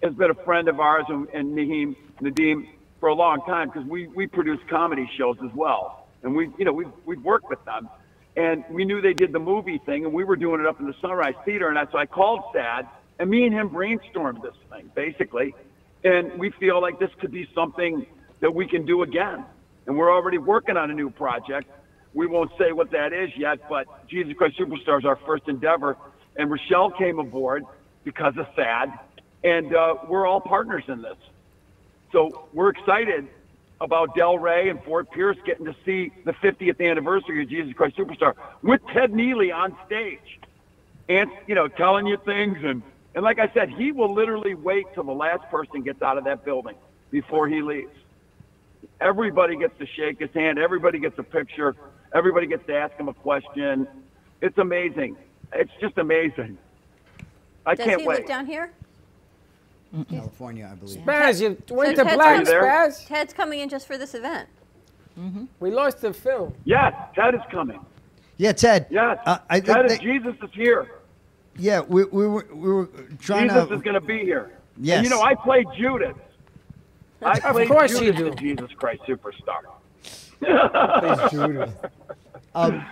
has been a friend of ours and, and Naheem Nadeem for a long time because we we produce comedy shows as well, and we you know we we've worked with them, and we knew they did the movie thing, and we were doing it up in the Sunrise Theater, and I, so I called Sad, and me and him brainstormed this thing basically, and we feel like this could be something that we can do again, and we're already working on a new project. We won't say what that is yet, but Jesus Christ Superstar is our first endeavor. And Rochelle came aboard because of SAD, and uh, we're all partners in this. So we're excited about Del Rey and Fort Pierce getting to see the 50th anniversary of Jesus Christ Superstar with Ted Neely on stage and, you know, telling you things. And, and like I said, he will literally wait till the last person gets out of that building before he leaves. Everybody gets to shake his hand. Everybody gets a picture. Everybody gets to ask him a question. It's amazing. It's just amazing. I Does can't he wait. live down here? California, I believe. Spaz, you went So to Ted's black, coming- Spaz. Mm-hmm. Ted's coming in just for this event. Mm-hmm. We lost the film. Yes, Ted is coming. Yeah, Ted. Yes, Uh, I Ted think is, they- Jesus is here. yeah, we, we were we were trying Jesus to. is going to be here. And Yes. you know, I played Judas. I Of played course you Judas do. in Jesus Christ Superstar. Um,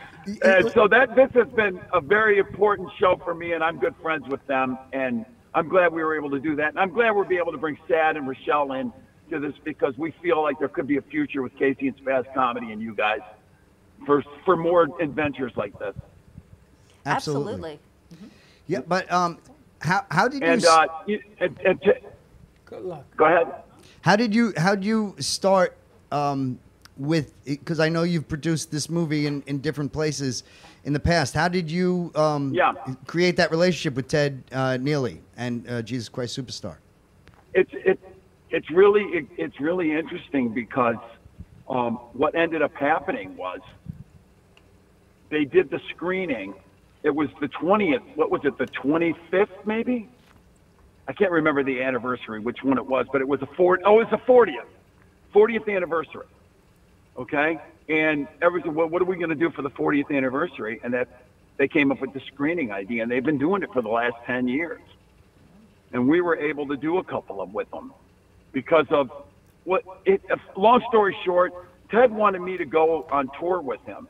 and so that this has been a very important show for me, and I'm good friends with them, and I'm glad we were able to do that, and I'm glad we'll be able to bring Sad and Rochelle in to this because we feel like there could be a future with Casey and Spaz Comedy and you guys for for more adventures like this. absolutely. Yeah, but um, how how did you And s- uh, you- and, and t- Good luck. go ahead. how did you how did you start um with because I know you've produced this movie in, in different places in the past. How did you um, Yeah. create that relationship with Ted uh, Neely and uh, Jesus Christ Superstar? it's it's it's really it, it's really interesting because um, what ended up happening was they did the screening. It was the twentieth. What was it? The twenty fifth, maybe. I can't remember the anniversary, which one it was, but it was a four. Oh, it's the fortieth, fortieth anniversary. Okay, and everything. Well, what are we going to do for the fortieth anniversary? And that they came up with the screening idea, and they've been doing it for the last ten years and we were able to do a couple of with them because of what it if- long story short ted wanted me to go on tour with him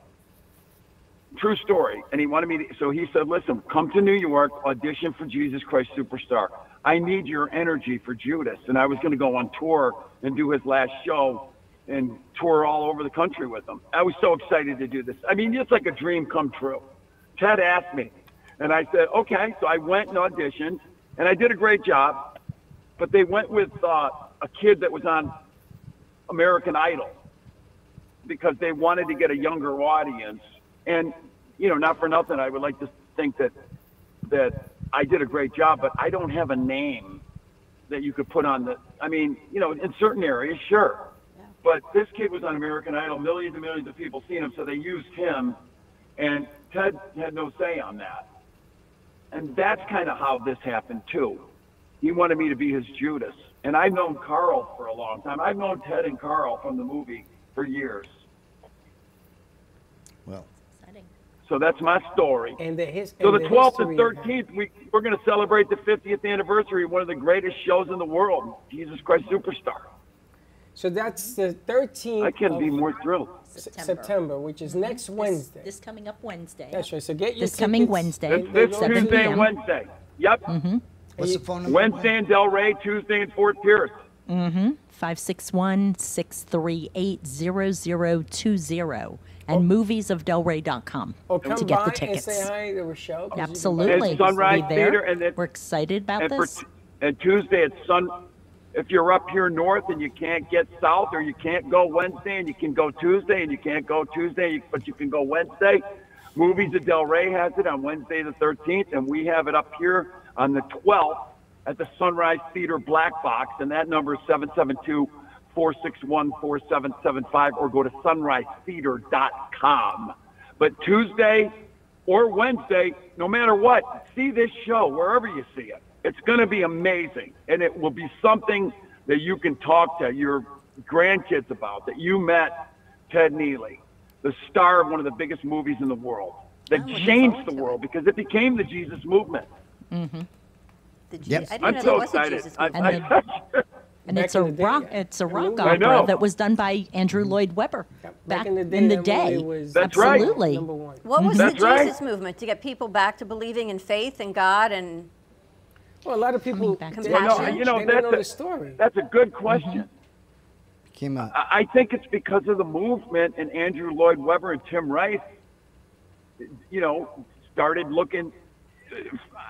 true story and he wanted me to so he said listen come to new york audition for jesus christ superstar i need your energy for judas and i was going to go on tour and do his last show and tour all over the country with him i was so excited to do this i mean it's like a dream come true ted asked me and i said okay so i went and auditioned and I did a great job. But they went with uh, a kid that was on American Idol because they wanted to get a younger audience. And you know, not for nothing, I would like to think that that I did a great job, but I don't have a name that you could put on the. I mean, you know, in certain areas, sure. But this kid was on American Idol. Millions and millions of people seen him, so they used him. And Ted had no say on that. And that's kind of how this happened too. He wanted me to be his Judas. And I've known Carl for a long time. I've known Ted and Carl from the movie for years. Well. So that's my story. And the his So and the 12th history and of 13th, we, we're going to celebrate the 50th anniversary of one of the greatest shows in the world, Jesus Christ Superstar. So that's the 13th. I couldn't of be more thrilled. September. September, which is next Wednesday. This coming up Wednesday. That's right. So get your This coming tickets. Wednesday. They- they This go to- Tuesday and Wednesday. Yep. Mm-hmm. What's the phone number? Wednesday in Del Rey, Tuesday in Fort Pierce. Mm-hmm. 561-638-0020 and moviesofdelrey.com Or Oh. come to get the by tickets. and say hi to Rochelle. 'cause you can buy Absolutely. It's Sunrise Be there. Theater and We're excited about and, this. For, and Tuesday at sun. If you're up here north and you can't get south, or you can't go Wednesday and you can go Tuesday, and you can't go Tuesday, you- but you can go Wednesday. Movies at Del Rey has it on Wednesday the 13th, and we have it up here on the 12th at the Sunrise Theater Black Box, and that number is 772 461 4775, or go to sunrisetheater.com. But Tuesday, or Wednesday, no matter what, see this show wherever you see it. It's going to be amazing, and it will be something that you can talk to your grandkids about that you met Ted Neely, the star of one of the biggest movies in the world that Oh, changed the world because it became the Jesus movement. Mm-hmm. Yes. I didn't I'm know so there was a excited. Jesus I- movement. I- And And it's a in the day, rock it's a rock I know. opera that was done by Andrew Lloyd Webber back, Mm-hmm. in the day, that movie was That's right. Absolutely. number one. What was Mhm. the Jesus movement to get people back to believing in faith and God and? Well, a lot of people Well, no, compassion. you know, that's a, That's a good question. Came out. I I think it's because of the movement and Andrew Lloyd Webber and Tim Rice, you know, started looking.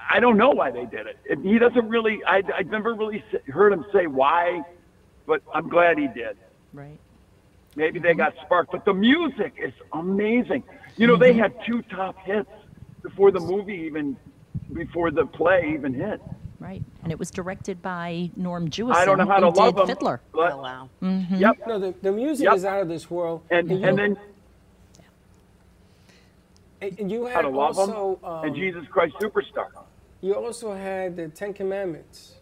I don't know why they did it. It- He doesn't really. I I never really s- heard him say why, but I'm glad he did. Right. Maybe they got sparked, but the music is amazing. You know, they had two top hits before the movie even, before the play even hit. Right. And it was directed by Norm Jewison. I don't know how who to love did them. Fiddler. but- Mhm. Yep. No, the, the music Yep. is out of this world. And you- and then and- and you how had to love them also and um, Jesus Christ Superstar. You also had the Ten Commandments,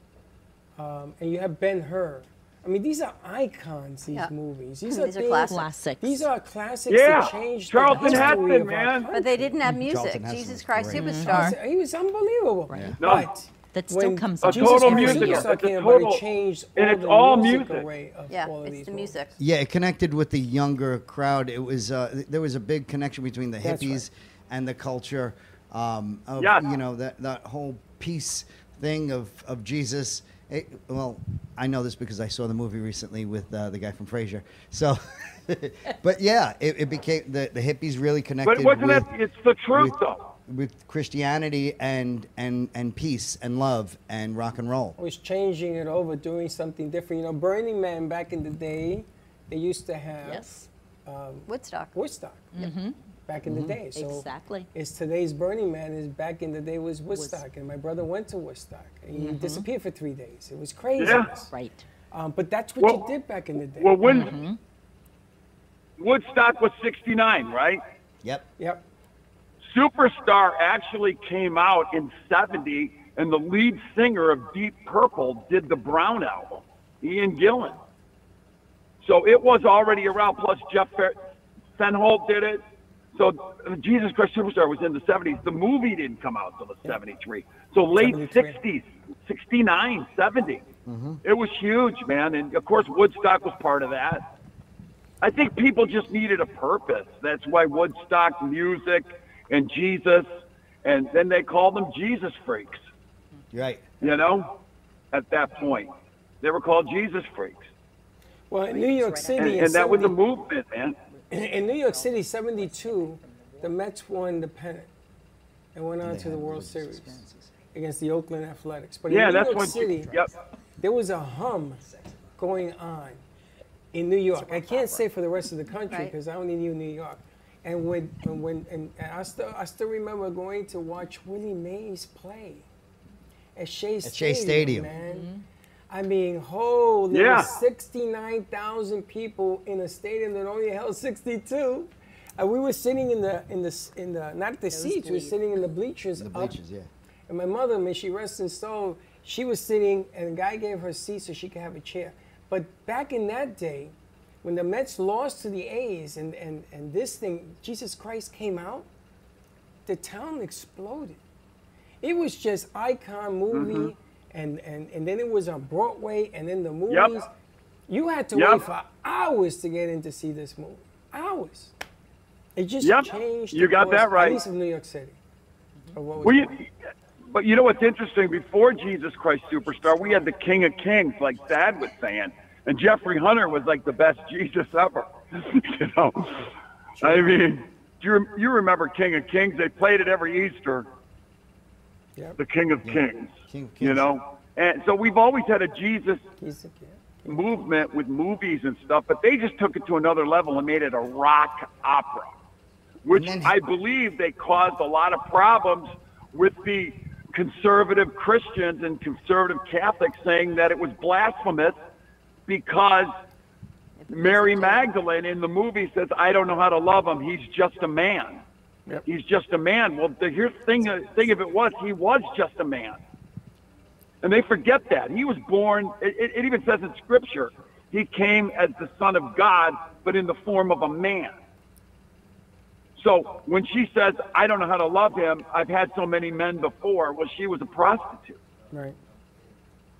um, and you had Ben Hur. I mean, these are icons. These Yeah. movies. These Mm, are, these are things- classics. Classics. These are classics Yeah, that changed Charlton the history Heston, of our man. country. But they didn't have music. Mm-hmm. Charlton Heston Jesus was Christ great. Superstar. Charlton- He was unbelievable. Right. No. But that when still comes A up. Jesus total Christ musical. Superstar It's a came about, total- it changed and all it's the all music music. array of Yeah, all of it's these the music. Yeah, it connected with the younger crowd. It was uh, th- there was a big connection between the That's hippies right. and the culture. Um, of, Yeah. you know that that whole peace thing of of Jesus. It, well, I know this because I saw the movie recently with uh, the guy from Frasier. So, but yeah, it, it became the, the hippies really connected. But wasn't with, that? It's the truth, with, though. with Christianity and and and peace and love and rock and roll. was changing it over, doing something different. You know, Burning Man back in the day, they used to have um, Woodstock. Woodstock. Back in Mhm. the day. So Exactly. It's today's Burning Man. Is back in the day was Woodstock, and my brother went to Woodstock, and he Mhm. disappeared for three days. It was crazy. Right. Um, but that's what Well- you did back in the day. Well, when Woodstock was 69, right? Yep. Yep. Superstar actually came out in 70, and the lead singer of Deep Purple did the Brown album, Ian Gillan. So it was already around, plus Jeff Fer- Fenholt did it. So uh, Jesus Christ Superstar was in the 70s. The movie didn't come out until the 73. So late 60s, 69, 70. Mm-hmm. It was huge, man. And of course, Woodstock was part of that. I think people just needed a purpose. That's why Woodstock music and Jesus, and then they called them Jesus freaks, Right. you know, at that point. They were called Jesus freaks. Well, in New York And, City, in and that was a 70 movement, man. in New York City, '72, the Mets won the pennant and went on to the World Series against the Oakland Athletics. But Yeah, in New that's York when- City, yep. there was a hum going on in New York. I can't say for the rest of the country Right. because I only knew New York. And when, when, when and, and I still, I still remember going to watch Willie Mays play at Shea Stadium. At Shea Stadium. man. I mean, holy, there Yeah. were 69,000 people in a stadium that only held 62. And we were sitting in the in the s- in the not the seats. We were bleep. sitting in the bleachers. The bleachers, yeah. And my mother, may she rest in soul, she was sitting, and the guy gave her a seat so she could have a chair. But back in that day, when the Mets lost to the A's, and and and this thing, Jesus Christ came out, the town exploded. It was just icon movie, Mm-hmm. and, and and then it was on Broadway, and then the movies. You had to Yep. wait for hours to get in to see this movie. Hours. It just Yep. changed. the You got course, that right. At least of New York City. Or what was Well, it? you, but you know what's interesting? Before Jesus Christ Superstar, we had the King of Kings, like Thad was saying, and Jeffrey Hunter was like the best Jesus ever. you know, I mean, do you, you remember King of Kings? They played it every Easter. The King of Kings. King of You Kings. know, and so we've always had a Jesus movement with movies and stuff, but they just took it to another level and made it a rock opera, which I believe they caused a lot of problems with the conservative Christians and conservative Catholics saying that it was blasphemous because Mary Magdalene in the movie says, I don't know how to love him. He's just a man. He's just a man. Well, the here's the thing, the thing of it was, he was just a man. And they forget that. He was born, it, it- it even says in Scripture, he came as the Son of God, but in the form of a man. So when she says, I don't know how to love him, I've had so many men before, well, she was a prostitute. Right.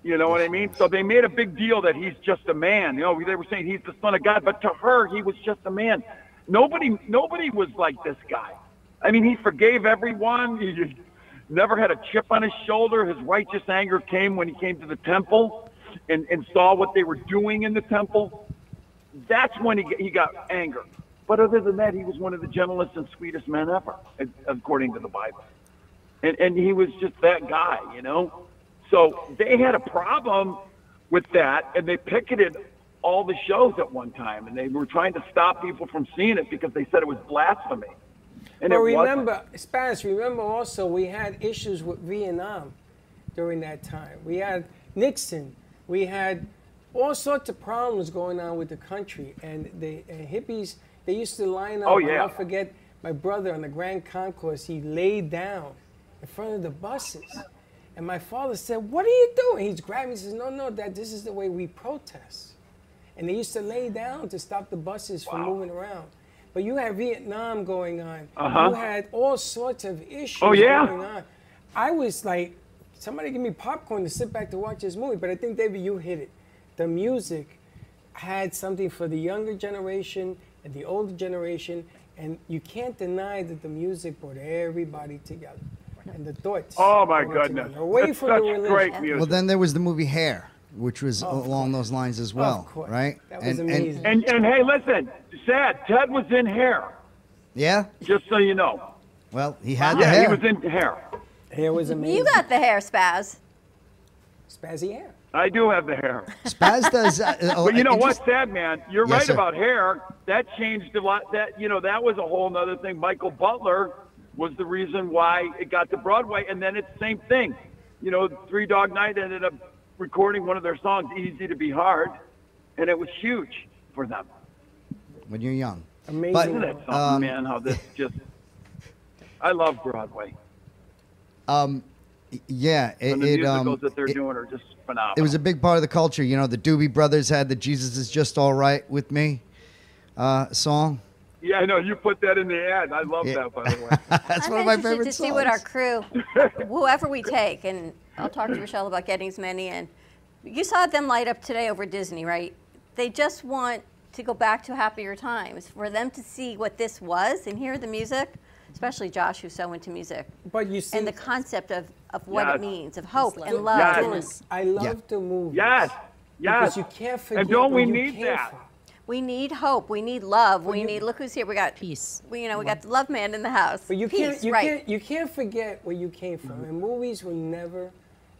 You know what I mean? So they made a big deal that he's just a man. You know, they were saying he's the son of God, but to her, he was just a man. Nobody, nobody was like this guy. I mean, he forgave everyone. He just never had a chip on his shoulder. His righteous anger came when he came to the temple and, and saw what they were doing in the temple. That's when he, he got anger. But other than that, he was one of the gentlest and sweetest men ever, a- according to the Bible. And, and he was just that guy, you know? So they had a problem with that, and they picketed all the shows at one time, and they were trying to stop people from seeing it because they said it was blasphemy. And but it wasn't. remember, Spanish, remember also we had issues with Vietnam during that time. We had Nixon. We had all sorts of problems going on with the country. And the and hippies, they used to line up. Oh, I'll yeah. never forget my brother on the Grand Concourse, he laid down in front of the buses. And my father said, What are you doing? He's grabbing me. He says, No, no, Dad, this is the way we protest. And they used to lay down to stop the buses from moving around. But you had Vietnam going on. Uh-huh. You had all sorts of issues Oh, yeah. going on. I was like, somebody give me popcorn to sit back to watch this movie. But I think, David, you hit it. The music had something for the younger generation and the older generation. And you can't deny that the music brought everybody together. And the thoughts. Oh, my brought it goodness. together. Away It's from such the religion. great Well, then there was the movie Hair, which was along those lines as well, course. right? And, and, hey, listen, sad. Ted was in hair, yeah. just so you know. Well, he had the yeah, hair. Uh, he was in hair. Hair was You got the hair, Spaz. Spazzy hair. I do have the hair. Spaz does. Uh, oh, but you know interest- what, sad man, you're Yes, right sir. about hair. That changed a lot. That you know that was a whole nother thing. Michael Butler was the reason why it got to Broadway, and then it's the same thing. You know, Three Dog Night ended up recording one of their songs, "Easy to Be Hard," and it was huge for them. When you're young. Amazing. But, Isn't that something, um, man? How this just. I love Broadway. Um, y- yeah, it, And the it, musicals um, that they're doing are just phenomenal. it was a big part of the culture. You know, the Doobie Brothers had the "Jesus Is Just All Right with Me" uh, song. Yeah, I know. You put that in the ad. I love Yeah. that, by the way. That's I'm one of my interested favorite to see what our songs. crew, whoever we take, and I'll talk to Michelle about getting as many in. You saw them light up today over Disney, right? They just want to go back to happier times for them to see what this was and hear the music, especially Josh, who's so into music. But you see, and the concept of, of what Yes. it means, of hope It's and like- love. Yes. and- I love the movie. Yes. Because Yes. you can't And forget. don't what we you need care that? for. We need hope. We need love. We need. Look who's here. We got peace. We, you know, we got the love man in the house. But you peace, can't, you right? can't, you can't forget where you came Mm-hmm. from. And movies will never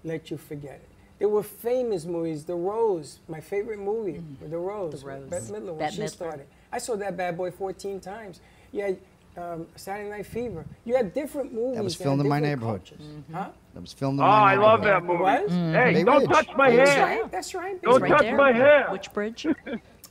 let you forget it. There were famous movies. The Rose, my favorite movie, Mm. with The Rose. The Rose. with Bette Midler when Bette she Midler. started. I saw that bad boy 14 times. You had um, Saturday Night Fever. You had different movies. That was had filmed in my different neighborhood. Mm-hmm. cultures. Huh? That was filmed Oh, in my I love neighborhood. that movie. What? Hey, They don't rich. touch my They rich. That's right. That's right. Don't that's touch my hair. Which bridge?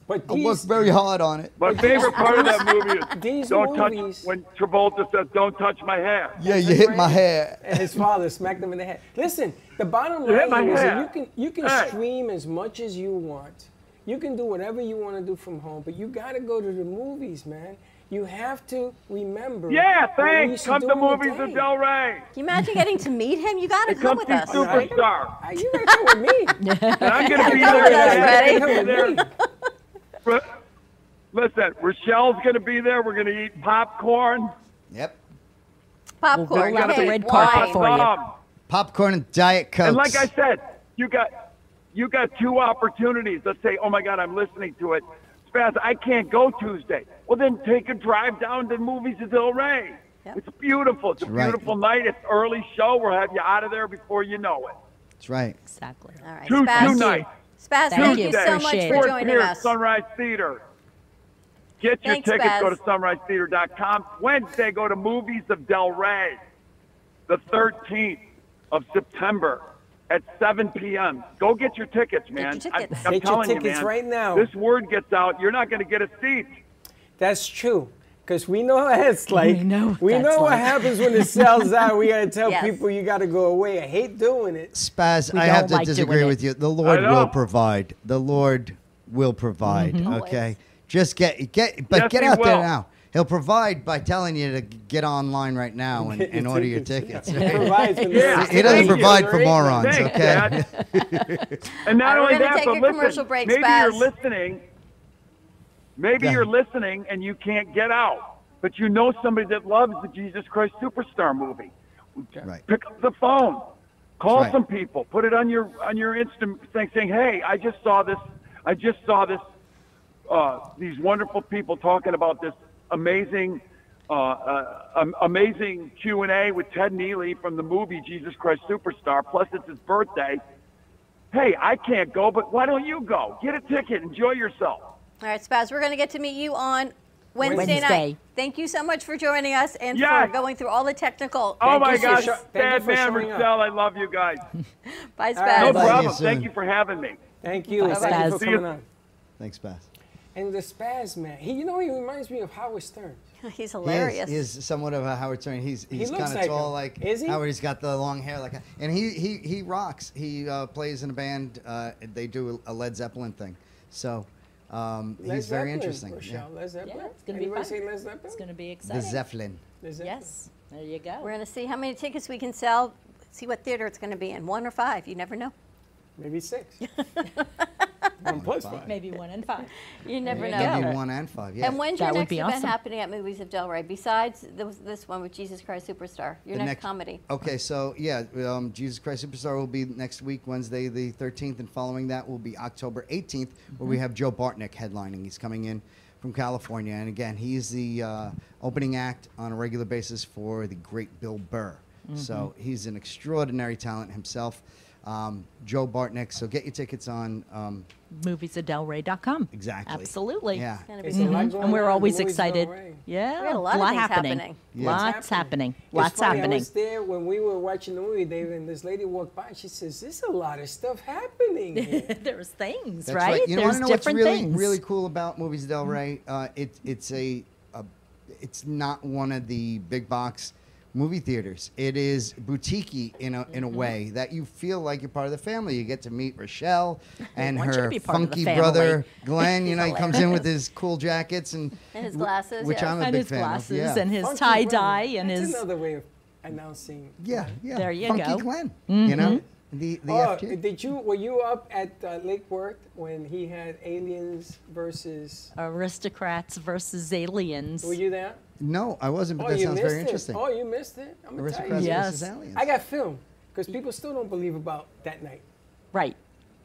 But I these, worked very hard on it. My favorite part of that movie is These don't movies- touch when Travolta says, "Don't touch my hair." Yeah, you hit my hair. and his father smacked him in the head. Listen, the bottom Yeah, line my is that hair. you can you can Hey. stream as much as you want. You can do whatever you want to do from home, but you got to go to the movies, man. You have to remember. Yeah, what we thanks. used Come do to in the movies day. with Del Rey. Can you imagine getting to meet him? You gotta It come comes with to us. superstar. Are you right there with me? And I'm gonna Come be there. with us, I'm gonna Freddie. be there. Re- Listen, Rochelle's gonna be there. We're gonna eat popcorn. Yep. Popcorn. I gotta cake, be- wine. Mom, Popcorn and diet coke. And like I said, you got you got two opportunities. Let's say, oh my God, I'm listening to it. Spaz, I can't go Tuesday. Well, then take a drive down to movies at Del Rey. It's beautiful. It's a Right. beautiful night. It's early show. We'll have you out of there before you know it. That's right. Exactly. All right. Two, Spaz, two nights. Spaz, thank you so much for Fourth joining Pier, us. Sunrise Theater. Get your Thanks, tickets. Go Spaz. to sunrisetheater.com. Wednesday, go to Movies of Del Rey, the 13th of September at 7 p.m. Go get your tickets, man. tickets. I'm- I'm, Get your telling you, tickets man, right now. This word gets out. You're not going to get a seat. That's true. Because we know what it's like. We know, what that's what like. happens when it sells out. We got to tell Yes. people you got to go away. I hate doing it. Spaz, We I don't have to like doing disagree it. with you. The Lord I know. will provide. The Lord will provide. Mhm. Okay. Just get get but Yes, get he out there will. now. He'll provide by telling you to get online right now and, and order your tickets. He provides for the next He doesn't Thank you. provide for morons, Thanks, okay? And not We're only gonna that, take but a listen, commercial break, maybe Spaz. you're listening. Maybe Yeah. you're listening and you can't get out, but you know somebody that loves the Jesus Christ Superstar movie. Right. Pick up the phone, call That's right. some people, put it on your on your instant thing, saying, "Hey, I just saw this. I just saw this. Uh, these wonderful people talking about this amazing." Uh, uh, um, amazing Q and A with Ted Neely from the movie Jesus Christ Superstar. Plus, it's his birthday. Hey, I can't go, but why don't you go? Get a ticket, enjoy yourself. All right, Spaz, we're going to get to meet you on Wednesday, Wednesday. night. Thank you so much for joining us and Yes. for going through all the technical. Oh my Thank you for gosh, sho- Bad Man Marcel, I love you guys. Bye, All right, Spaz. no bye. problem. See you Thank you for having me. Thank you. Bye, Thank you Spaz. for See you. coming on. Thanks, Spaz. And the Spaz man, he, you know, he reminds me of Howard Stern. He's He is- He is, somewhat of a Howard Stern. He's He he's looks kind of like tall, him. like Is he? Howard. He's got the long hair, like, and he he he rocks. He uh, plays in a band. Uh, they do a Led Zeppelin thing, so um, Les he's very Zeppelin, interesting. Rochelle, Les Zeppelin. it's gonna be Anybody fun. say Les Zeppelin? It's going to be The Zeppelin. Yes. There you go. We're going to see how many tickets we can sell, see what theater it's going to be in. One or five. You never know. Maybe six. One plus five. Maybe one and five. You never Maybe know. one and five. Yeah. And when's that your would next be event awesome. happening at Movies of Del Rey besides th- this one with Jesus Christ Superstar? Your The next, comedy. Okay, so yeah, um, Jesus Christ Superstar will be next week, Wednesday the 13th, and following that will be October 18th, where we Mm-hmm. Mhm. have Joe Bartnick headlining. He's coming in from California, and again, he's the uh, opening act on a regular basis for the great Bill Burr. So Mm-hmm. Mhm. he's an extraordinary talent himself. Um, Joe Bartnick. So get your tickets on. Um, Moviesadelrey.com. Exactly. Absolutely. Yeah. It's gonna be Mhm. good. And we're always Movies excited. Del Rey. Yeah. We got a lot of things happening. Yeah. Lots happening. It's Lots funny, I happening. was there when we were watching the movie, David, and this lady walked by. and She says, "There's a lot of stuff happening. Here. There's things, That's right? You There's want to know what's different really things. really cool about Movies Mm-hmm. Del Rey? Uh, it, it's a, a it's not one of the big box movie theaters. It is boutiquey in a Mm-hmm. in a way that you feel like you're part of the family. You get to meet Rochelle and want you to her be part of the funky family. brother Glenn. You know, he He's comes in with hilarious. his cool jackets and And his w- glasses, which yes. I'm a And big his fan glasses of. Yeah. and his Funky tie brother. dye and That's his. another way of announcing. uh, Yeah, yeah. There you Funky go. Glenn. Mhm. You know, the the oh, FJ. did you were you up at uh, Lake Worth when he had aliens versus? Aristocrats versus aliens. Were you there? No, I wasn't, but oh, that you sounds missed very it. interesting. Oh, you missed it. I'm gonna tell you. Aristocrats Yes. versus aliens. I got film because people still don't believe about that night. Right.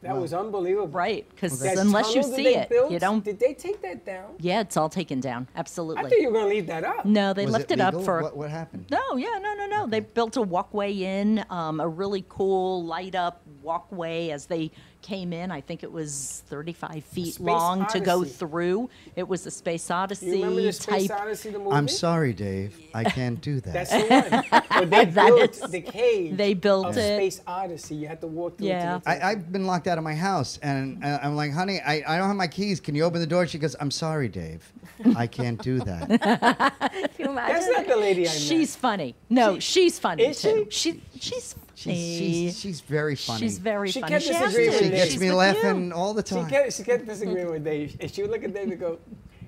That Wow. was unbelievable. Right, 'cause That unless you tunnel that see they it, built, you don't- Did they take that down? Yeah, it's all taken down. Absolutely. I thought you were gonna leave that up. No, they left it, up for. what, what happened? No, yeah, no, no, no. They built a walkway in, um, a really cool light up walkway as they came in. I think it was 35 feet Space long to go Odyssey. through. It was a Space Odyssey You remember the Space type. Odyssey the movie? I'm sorry, Dave. I can't do that. That's the one. But they That built is- the cave. they built of it. Space Odyssey. You had to walk through. To get to I, I've been locked out of my house, and uh, I'm like, honey, I, I don't have my keys. Can you open the door? She goes, I'm sorry, Dave. I can't do that. That's not the lady I met. She's funny. No, she's funny Is too. She, she's funny. She's, she's, she's very funny. She's very She funny. kept She has disagreeing to with be. She gets She's me with laughing you. all the She time. kept, she kept disagreeing with Dave. And she would look at Dave and go,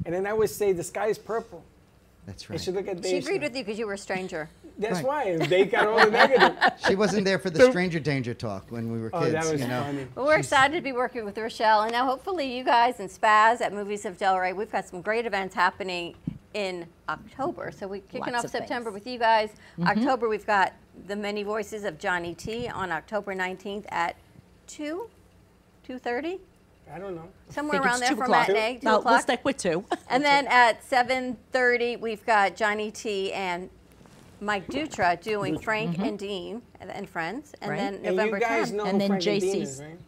and then I would say, the sky is purple. That's And she'd right. look at Dave. She she'd agreed go, with you because you were a stranger. That's why. They got all the negative. She wasn't there for the stranger danger talk when we were Oh, kids. that was you know? funny. Well, we're excited to be working with Rochelle, and now hopefully you guys and Spaz at Movies of Del Rey, we've got some great events happening in October. So we're kicking Lots off of September things. with you guys. Mhm. October, we've got the Many Voices of Johnny T on October 19th at two, two thirty, I don't know. somewhere Think it's around there two for o'clock. matinee. Two No, we'll o'clock. stick with two. And then at 7:30, we've got Johnny T and Mike Dutra doing Mm-hmm. Dutra. Frank Mhm. and Dean and- and Friends, and Right. then And you November guys 10th, know And who then Frank and Dean is, JC's. right?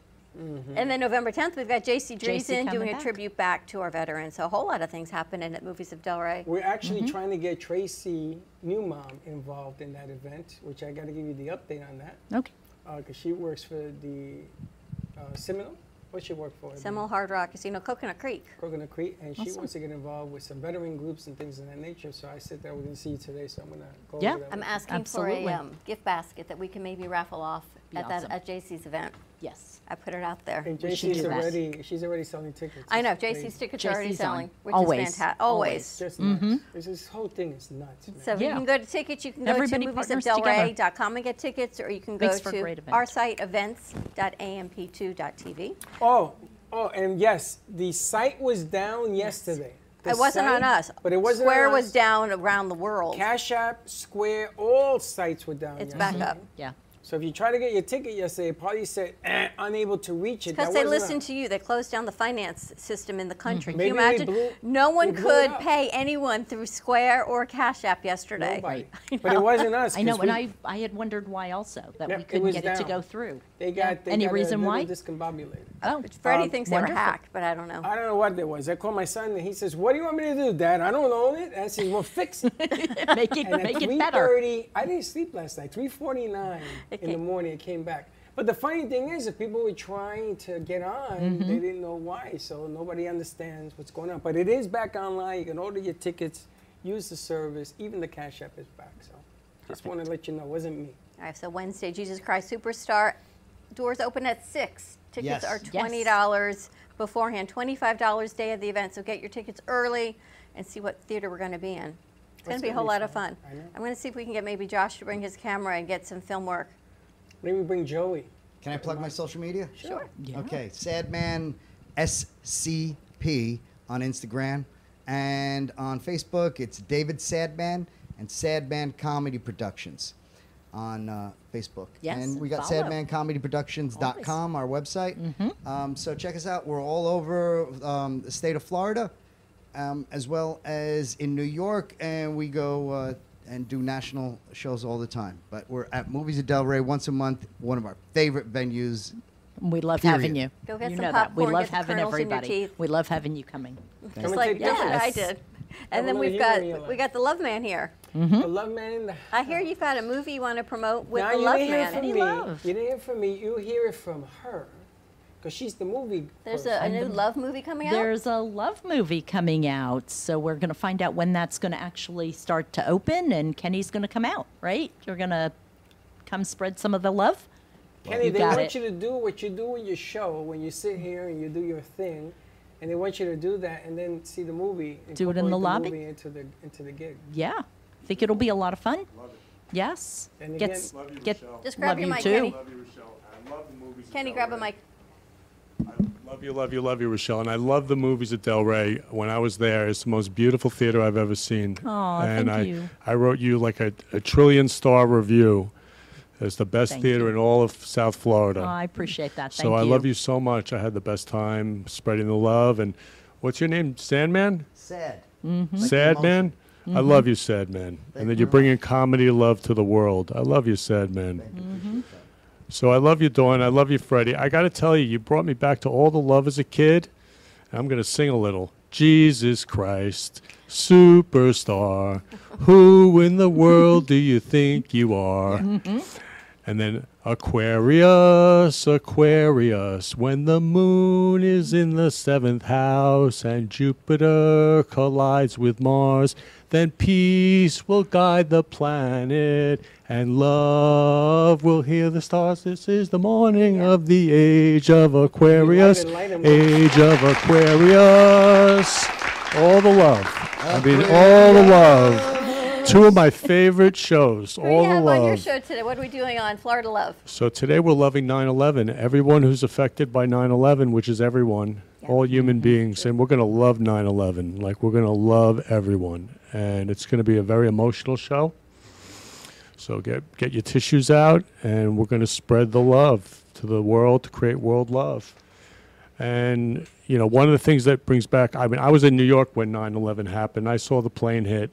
And then November 10th, we've got J.C. JC Dreesen coming doing a back. tribute back to our veterans. So a whole lot of things happening at Movies of Del Rey. We're actually trying to get Tracy Newmom involved in that event, which I got to give you the update on that. Okay. Because she works for the uh, Seminole. What she work for? The Seminole Mm-hmm. Hard Rock Casino, Coconut Creek. Coconut Creek, and she Awesome. wants to get involved with some veteran groups and things of that nature. So I said that we're going to see you today, so I'm going to go. over that I'm with you. asking for Absolutely. a um, gift basket that we can maybe raffle off Be at, awesome. that, at JC's event. Yes. I put it out there. And JC's already, she's already selling tickets. I know, It's crazy. JC's tickets are already JC's selling, on. which is fantastic. Always. Just nuts. This, this whole thing is nuts. Man. So you can go to tickets. You can go Everybody to partners moviesofdelrey.com and get tickets, or you can go Makes for a to great event. our site events.amp2.tv. Oh, oh, and yes, the site was down yesterday. The it wasn't on site- us. But it wasn't Square on was us. down around the world. Cash App, Square, all sites were down. It's yesterday. back up. Yeah. So if you try to get your ticket yesterday, it probably said eh, unable to reach it. Because That they wasn't listened us. to you. They closed down the finance system in the country. Can Maybe you they imagine? blew- no they one blew it could up. pay anyone through Square or Cash App yesterday. Nobody. I But it know. wasn't us. I know, 'cause and we- I, I had wondered why also that Yeah, we it couldn't was get it to down. go through. They Yeah. got they any got a reason little why? discombobulated. Oh, Freddie Um, thinks they were wonderful. hacked, but I don't know. I don't know what there was. I called my son and he says, "What do you want me to do, Dad? I don't own it." I said, "Well, fix it, make it And make at it three better. thirty, I didn't sleep last night. Three forty nine in the came- morning, it came back. But the funny thing is, if people were trying to get on, Mm-hmm. they didn't know why, so nobody understands what's going on. But it is back online. You can order your tickets, use the service. Even the Cash App is back. So just want to let you know, it wasn't me. All right, so Wednesday, Jesus Christ Superstar. Doors open at 6. Tickets Yes. are Yes. $20 beforehand, $25 day of the event. So get your tickets early and see what theater we're going to be in. It's going That's to be a gonna whole be lot of fun. fun. I know. I'm going to see if we can get maybe Josh to bring his camera and get some film work. Maybe bring Joey. Can I plug my social media? Sure. Okay, Sadman SCP on Instagram and on Facebook. It's David Sadman and Sadman Comedy Productions on uh, Facebook. Yes, and we got follow. Mm-hmm. sadmancomedyproductions.com, our website. Um, so check us out. We're all over um, the state of Florida, um, as well as in New York, and we go uh, and do national shows all the time. But we're at Movies of Del Rey once a month, one of our favorite venues. We love having you. Go get you some know that. We popcorn, love get the having kernels in your everybody. teeth. We love having you coming. Just like just what I did. And then Everyone we've here really got like- we got the Love Man here. The Love Man in the I hear you've got a movie you want to promote with now, the you Love didn't hear it Man. from me. You didn't hear it from me. You hear it from her, because she's the movie. There's a, a new love movie coming out. There's a love movie coming out, so we're going to find out when that's going to actually start to open, and Kenny's going to come out. Right? You're going to come spread some of the love. Kenny, you they got want it. you to do what you do in your show when you sit here and you do your thing, and they want you to do that and then see the movie. Do it in incorporate the lobby? movie into the into the gig. Yeah, I think it'll be a lot of fun. Yes. And Get again- s- Love you, get- Rochelle. Just grab love your you mic, too. Kenny. Love you, Rochelle. I love the movies. Kenny, grab a mic. Love you, love you, love you, Rochelle. And I love the movies at Del Rey. When I was there, it's the most beautiful theater I've ever seen. Aw, and thank I, you. I wrote you like a, a trillion star review. It's the best Thank theater in all of South Florida. Oh, I appreciate that. uh, so Thank I you. love you so much. I had the best time spreading the love. And what's your name? Sandman? Sad. Mm-hmm. Sadman, Like Sad the man? I Mhm. love Mm-hmm. you, sad man. and then you're bringing comedy love to the world. I love you, sad man. So I love you, Dawn. I love you, Freddie. I got to tell you, you brought me back to all the love as a kid. And I'm going to sing a little. Jesus Christ, superstar. Who in the world do you think you are? And then Aquarius, Aquarius, when the moon is in the seventh house and Jupiter collides with Mars, then peace will guide the planet and love will hear the stars. This is the morning of the age of Aquarius, light him up. age of Aquarius. All the love. I mean, all the love. Two of my favorite shows. What do All you the have on your love. show today? What are we doing on Florida Love? So today we're loving 9 11. Everyone who's affected by 9 11, which is everyone, all human beings, and we're going to love 9 11. Like, we're going to love everyone. And it's going to be a very emotional show. So get, get your tissues out, and we're going to spread the love to the world to create world love. And, you know, one of the things that brings back, I mean, I was in New York when 9 11 happened. I saw the plane hit.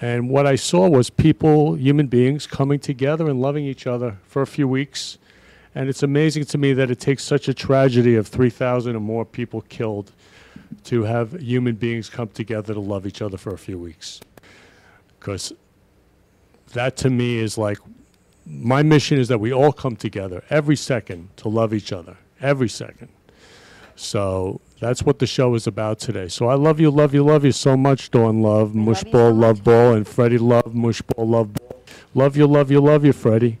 And what I saw was people, human beings, coming together and loving each other for a few weeks. And it's amazing to me that it takes such a tragedy of 3,000 or more people killed to have human beings come together to love each other for a few weeks. Because that to me is like my mission is that we all come together every second to love each other every second so that's what the show is about today so i love you love you love you so much dawn love mush ball love ball and freddie love mush ball love ball love you love you love you freddie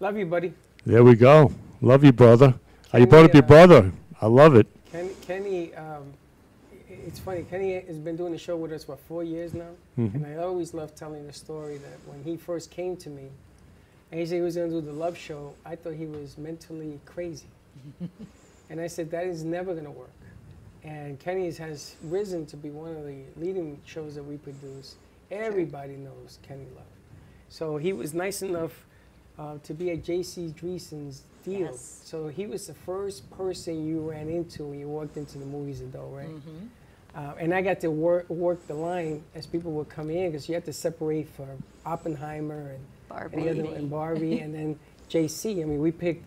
Love you, buddy. there we go love you brother Oh, you brought up your brother i love it Ken, Kenny, um, i- it's funny. Kenny has been doing the show with us what four years now, Mhm. and I always love telling the story that when he first came to me, and he said he was going to do the love show, I thought he was mentally crazy, and I said that is never going to work. And Kenny's has risen to be one of the leading shows that we produce. Everybody knows Kenny Love, so he was nice enough uh, to be at J.C. Dreesen's deal. So he was the first person you ran into when you walked into the movies at Del Rey. Mm-hmm. Uh, and I got to work, work the line as people would come in because you had to separate for Oppenheimer and Barbie. and, the other, and Barbie and then JC. I mean, we picked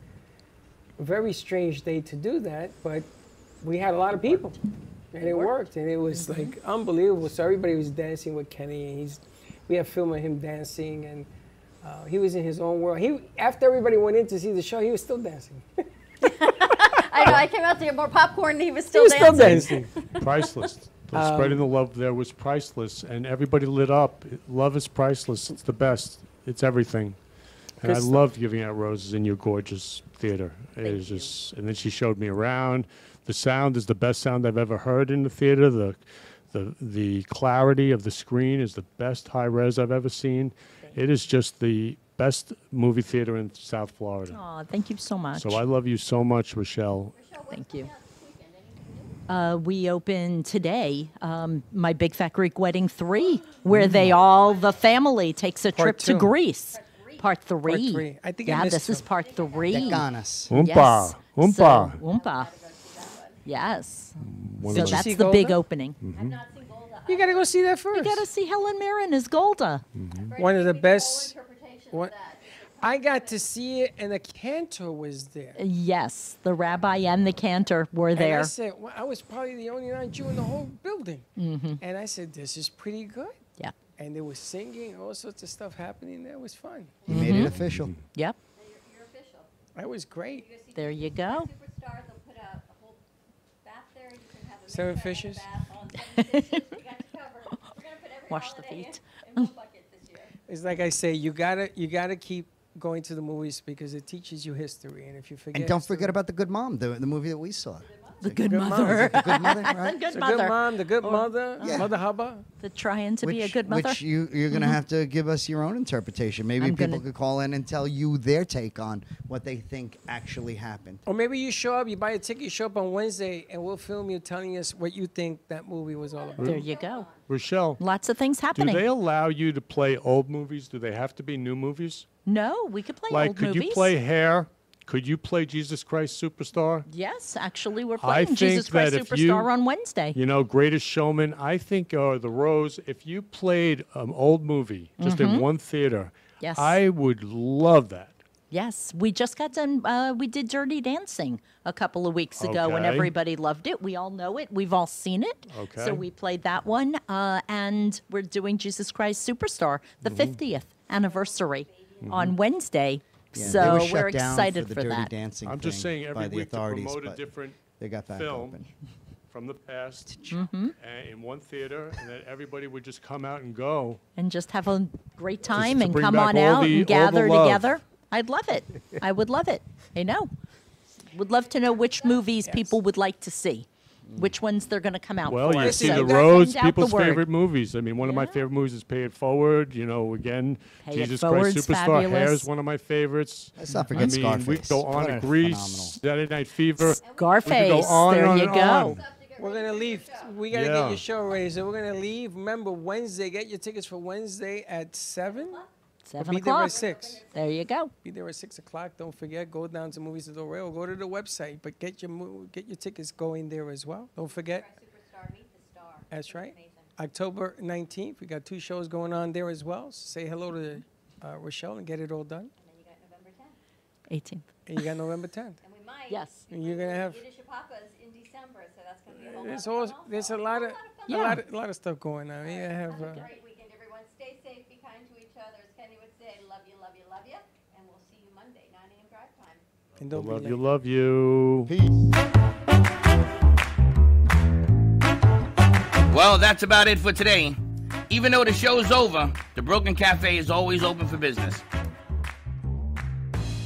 a very strange day to do that, but we had a lot of people, and it worked, Mm-hmm. and it was like unbelievable. So everybody was dancing with Kenny, and he's we have film of him dancing, and uh, he was in his own world. He after everybody went in to see the show, he was still dancing. I know I came out to get more popcorn and he was He still was dancing. still dancing. priceless the Um, spreading the love there was priceless and everybody lit up love is priceless it's the best it's everything and i Crystal. loved giving out roses in your gorgeous theater it is just and then she showed me around the sound is the best sound i've ever heard in the theater the the the clarity of the screen is the best high res i've ever seen it is just the best movie theater in south florida Aw, thank you so much. so i love you so much rochelle Thank you. Uh, we open today, um, my Big Fat Greek Wedding 3, where they Mm. all, the family, takes a Part trip two. to Greece. Part three. three. I think I yeah, missed this is some. part three. Decanas. Yes. Oompa, oompa. So, oompa. Yes. One so of my- that's Did you the see big Golda? opening. Mhm. You got to go see that first. Mm-hmm. You got to see Helen Mirren as Golda. one of the best. One, I got to see it, and the cantor was there. Yes, the rabbi and the cantor were And I there. said, well, I was probably the only non-Jew in the whole building. Mhm. And I said, this is pretty good. Yeah. And they were singing, all sorts of stuff happening. That was fun. You made it Mm-hmm. official. Yep. That was great. There you go. Seven fishes. Wash the feet. It's like I say, you gotta you gotta keep going to the movies because it teaches you history. And if you forget, And don't history- forget about the Good Mom, the, the movie that we saw. The Good Mother. The Good Mother, right? It's a good mom, the good mother, mother hubba. Oh, The trying to be a Which- good mother. Mm-hmm. Which you you're gonna have to give us your own interpretation. Maybe I'm people gonna- could call in and tell you their take on what they think actually happened. Or maybe you show up, you buy a ticket, you show up on Wednesday, and we'll film you telling us what you think that movie was all about. There you go. Rochelle, Lots of things happening. do they allow you to play old movies? Do they have to be new movies? no, we could play like, old could movies. you play Hair? Could you play Jesus Christ Superstar? Yes, actually, we're I playing Jesus think Christ that if Superstar you- on Wednesday. You know, Greatest Showman. I think uh, The Rose. If you played an old movie just Mhm. in one theater, Yes. I would love that. Yes, we just got done. Uh, we did Dirty Dancing a couple of weeks ago, and Okay. everybody loved it. We all know it. We've all seen it. Okay. So we played that one, uh, and we're doing Jesus Christ Superstar, the Mm-hmm. Mhm. 50th anniversary on Wednesday. Yeah, they so were we're shut down excited for, for, the dirty that. dancing. I'm just thing saying, every by the week to authorities, promote a but different they got back film open. from the past Mhm. uh, in one theater, and then everybody would just come out and go. And just have a great time to and bring come back on all out the- all and the gather love. together. I'd love it. I would love it. I know. Would love to know which movies people would like to see, which ones they're going to come out Well, for. you see So the send roads, out the people's word. favorite movies. I mean, one of my favorite movies is Pay It Forward. You know, again, Pay It Jesus Forward's Christ Superstar. Hair fabulous. is one of my favorites. Let's not I forget mean, we could go Scarface. on What a to Grease, Saturday Night Fever. We could go Scarface, on and there on you and go. on. We're gonna leave. We gotta get Yeah. your show ready, so we're gonna leave. Remember Wednesday. Get your tickets for Wednesday at seven. Seven Be there o'clock. at six. There you go. Be there at six o'clock. Don't forget. Go down to Movies of the Rail. Go to the website, but get your mo- get your tickets going there as well. Don't forget. That's right. October nineteenth. We got two shows going on there as well. So say hello to uh, Rochelle and get it all done. 18th. And you got November tenth. And we might. Yes. be And you're gonna doing have- Yiddish Papas in December, so that's gonna be a whole There's lot of all fun there's a lot of a Yeah. lot of, lot of stuff going on. Yeah, I have. also. Uh, Great weekend, everyone. Stay safe, be kind to each other. As Kenny would say, love you, love you, love you, and we'll see you Monday, 9 a.m. drive time. and I don't love be you, late. love you. Peace. Well, that's about it for today. Even though the show's over, the Broken Cafe is always open for business.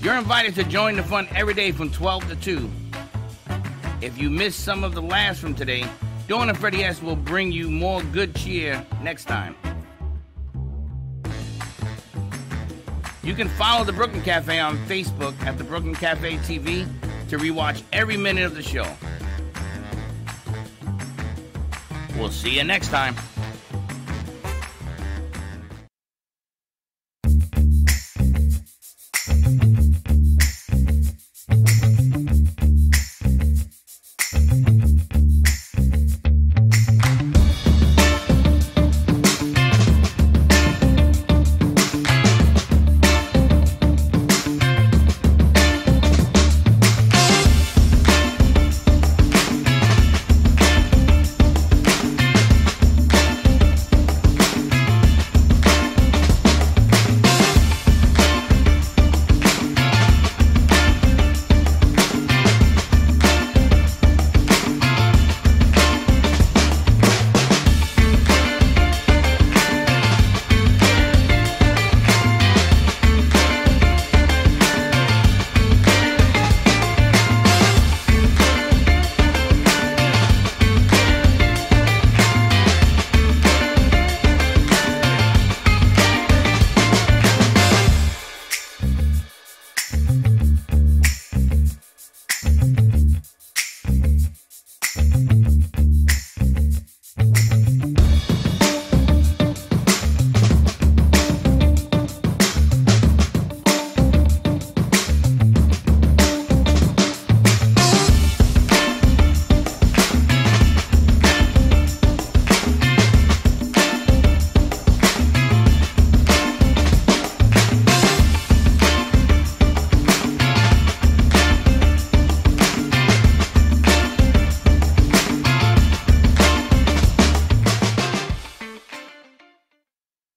You're invited to join the fun every day from 12 to 2. If you missed some of the laughs from today, Dawn and Freddie S will bring you more good cheer next time. You can follow the Brooklyn Cafe on Facebook at the Brooklyn Cafe TV to rewatch every minute of the show. We'll see you next time.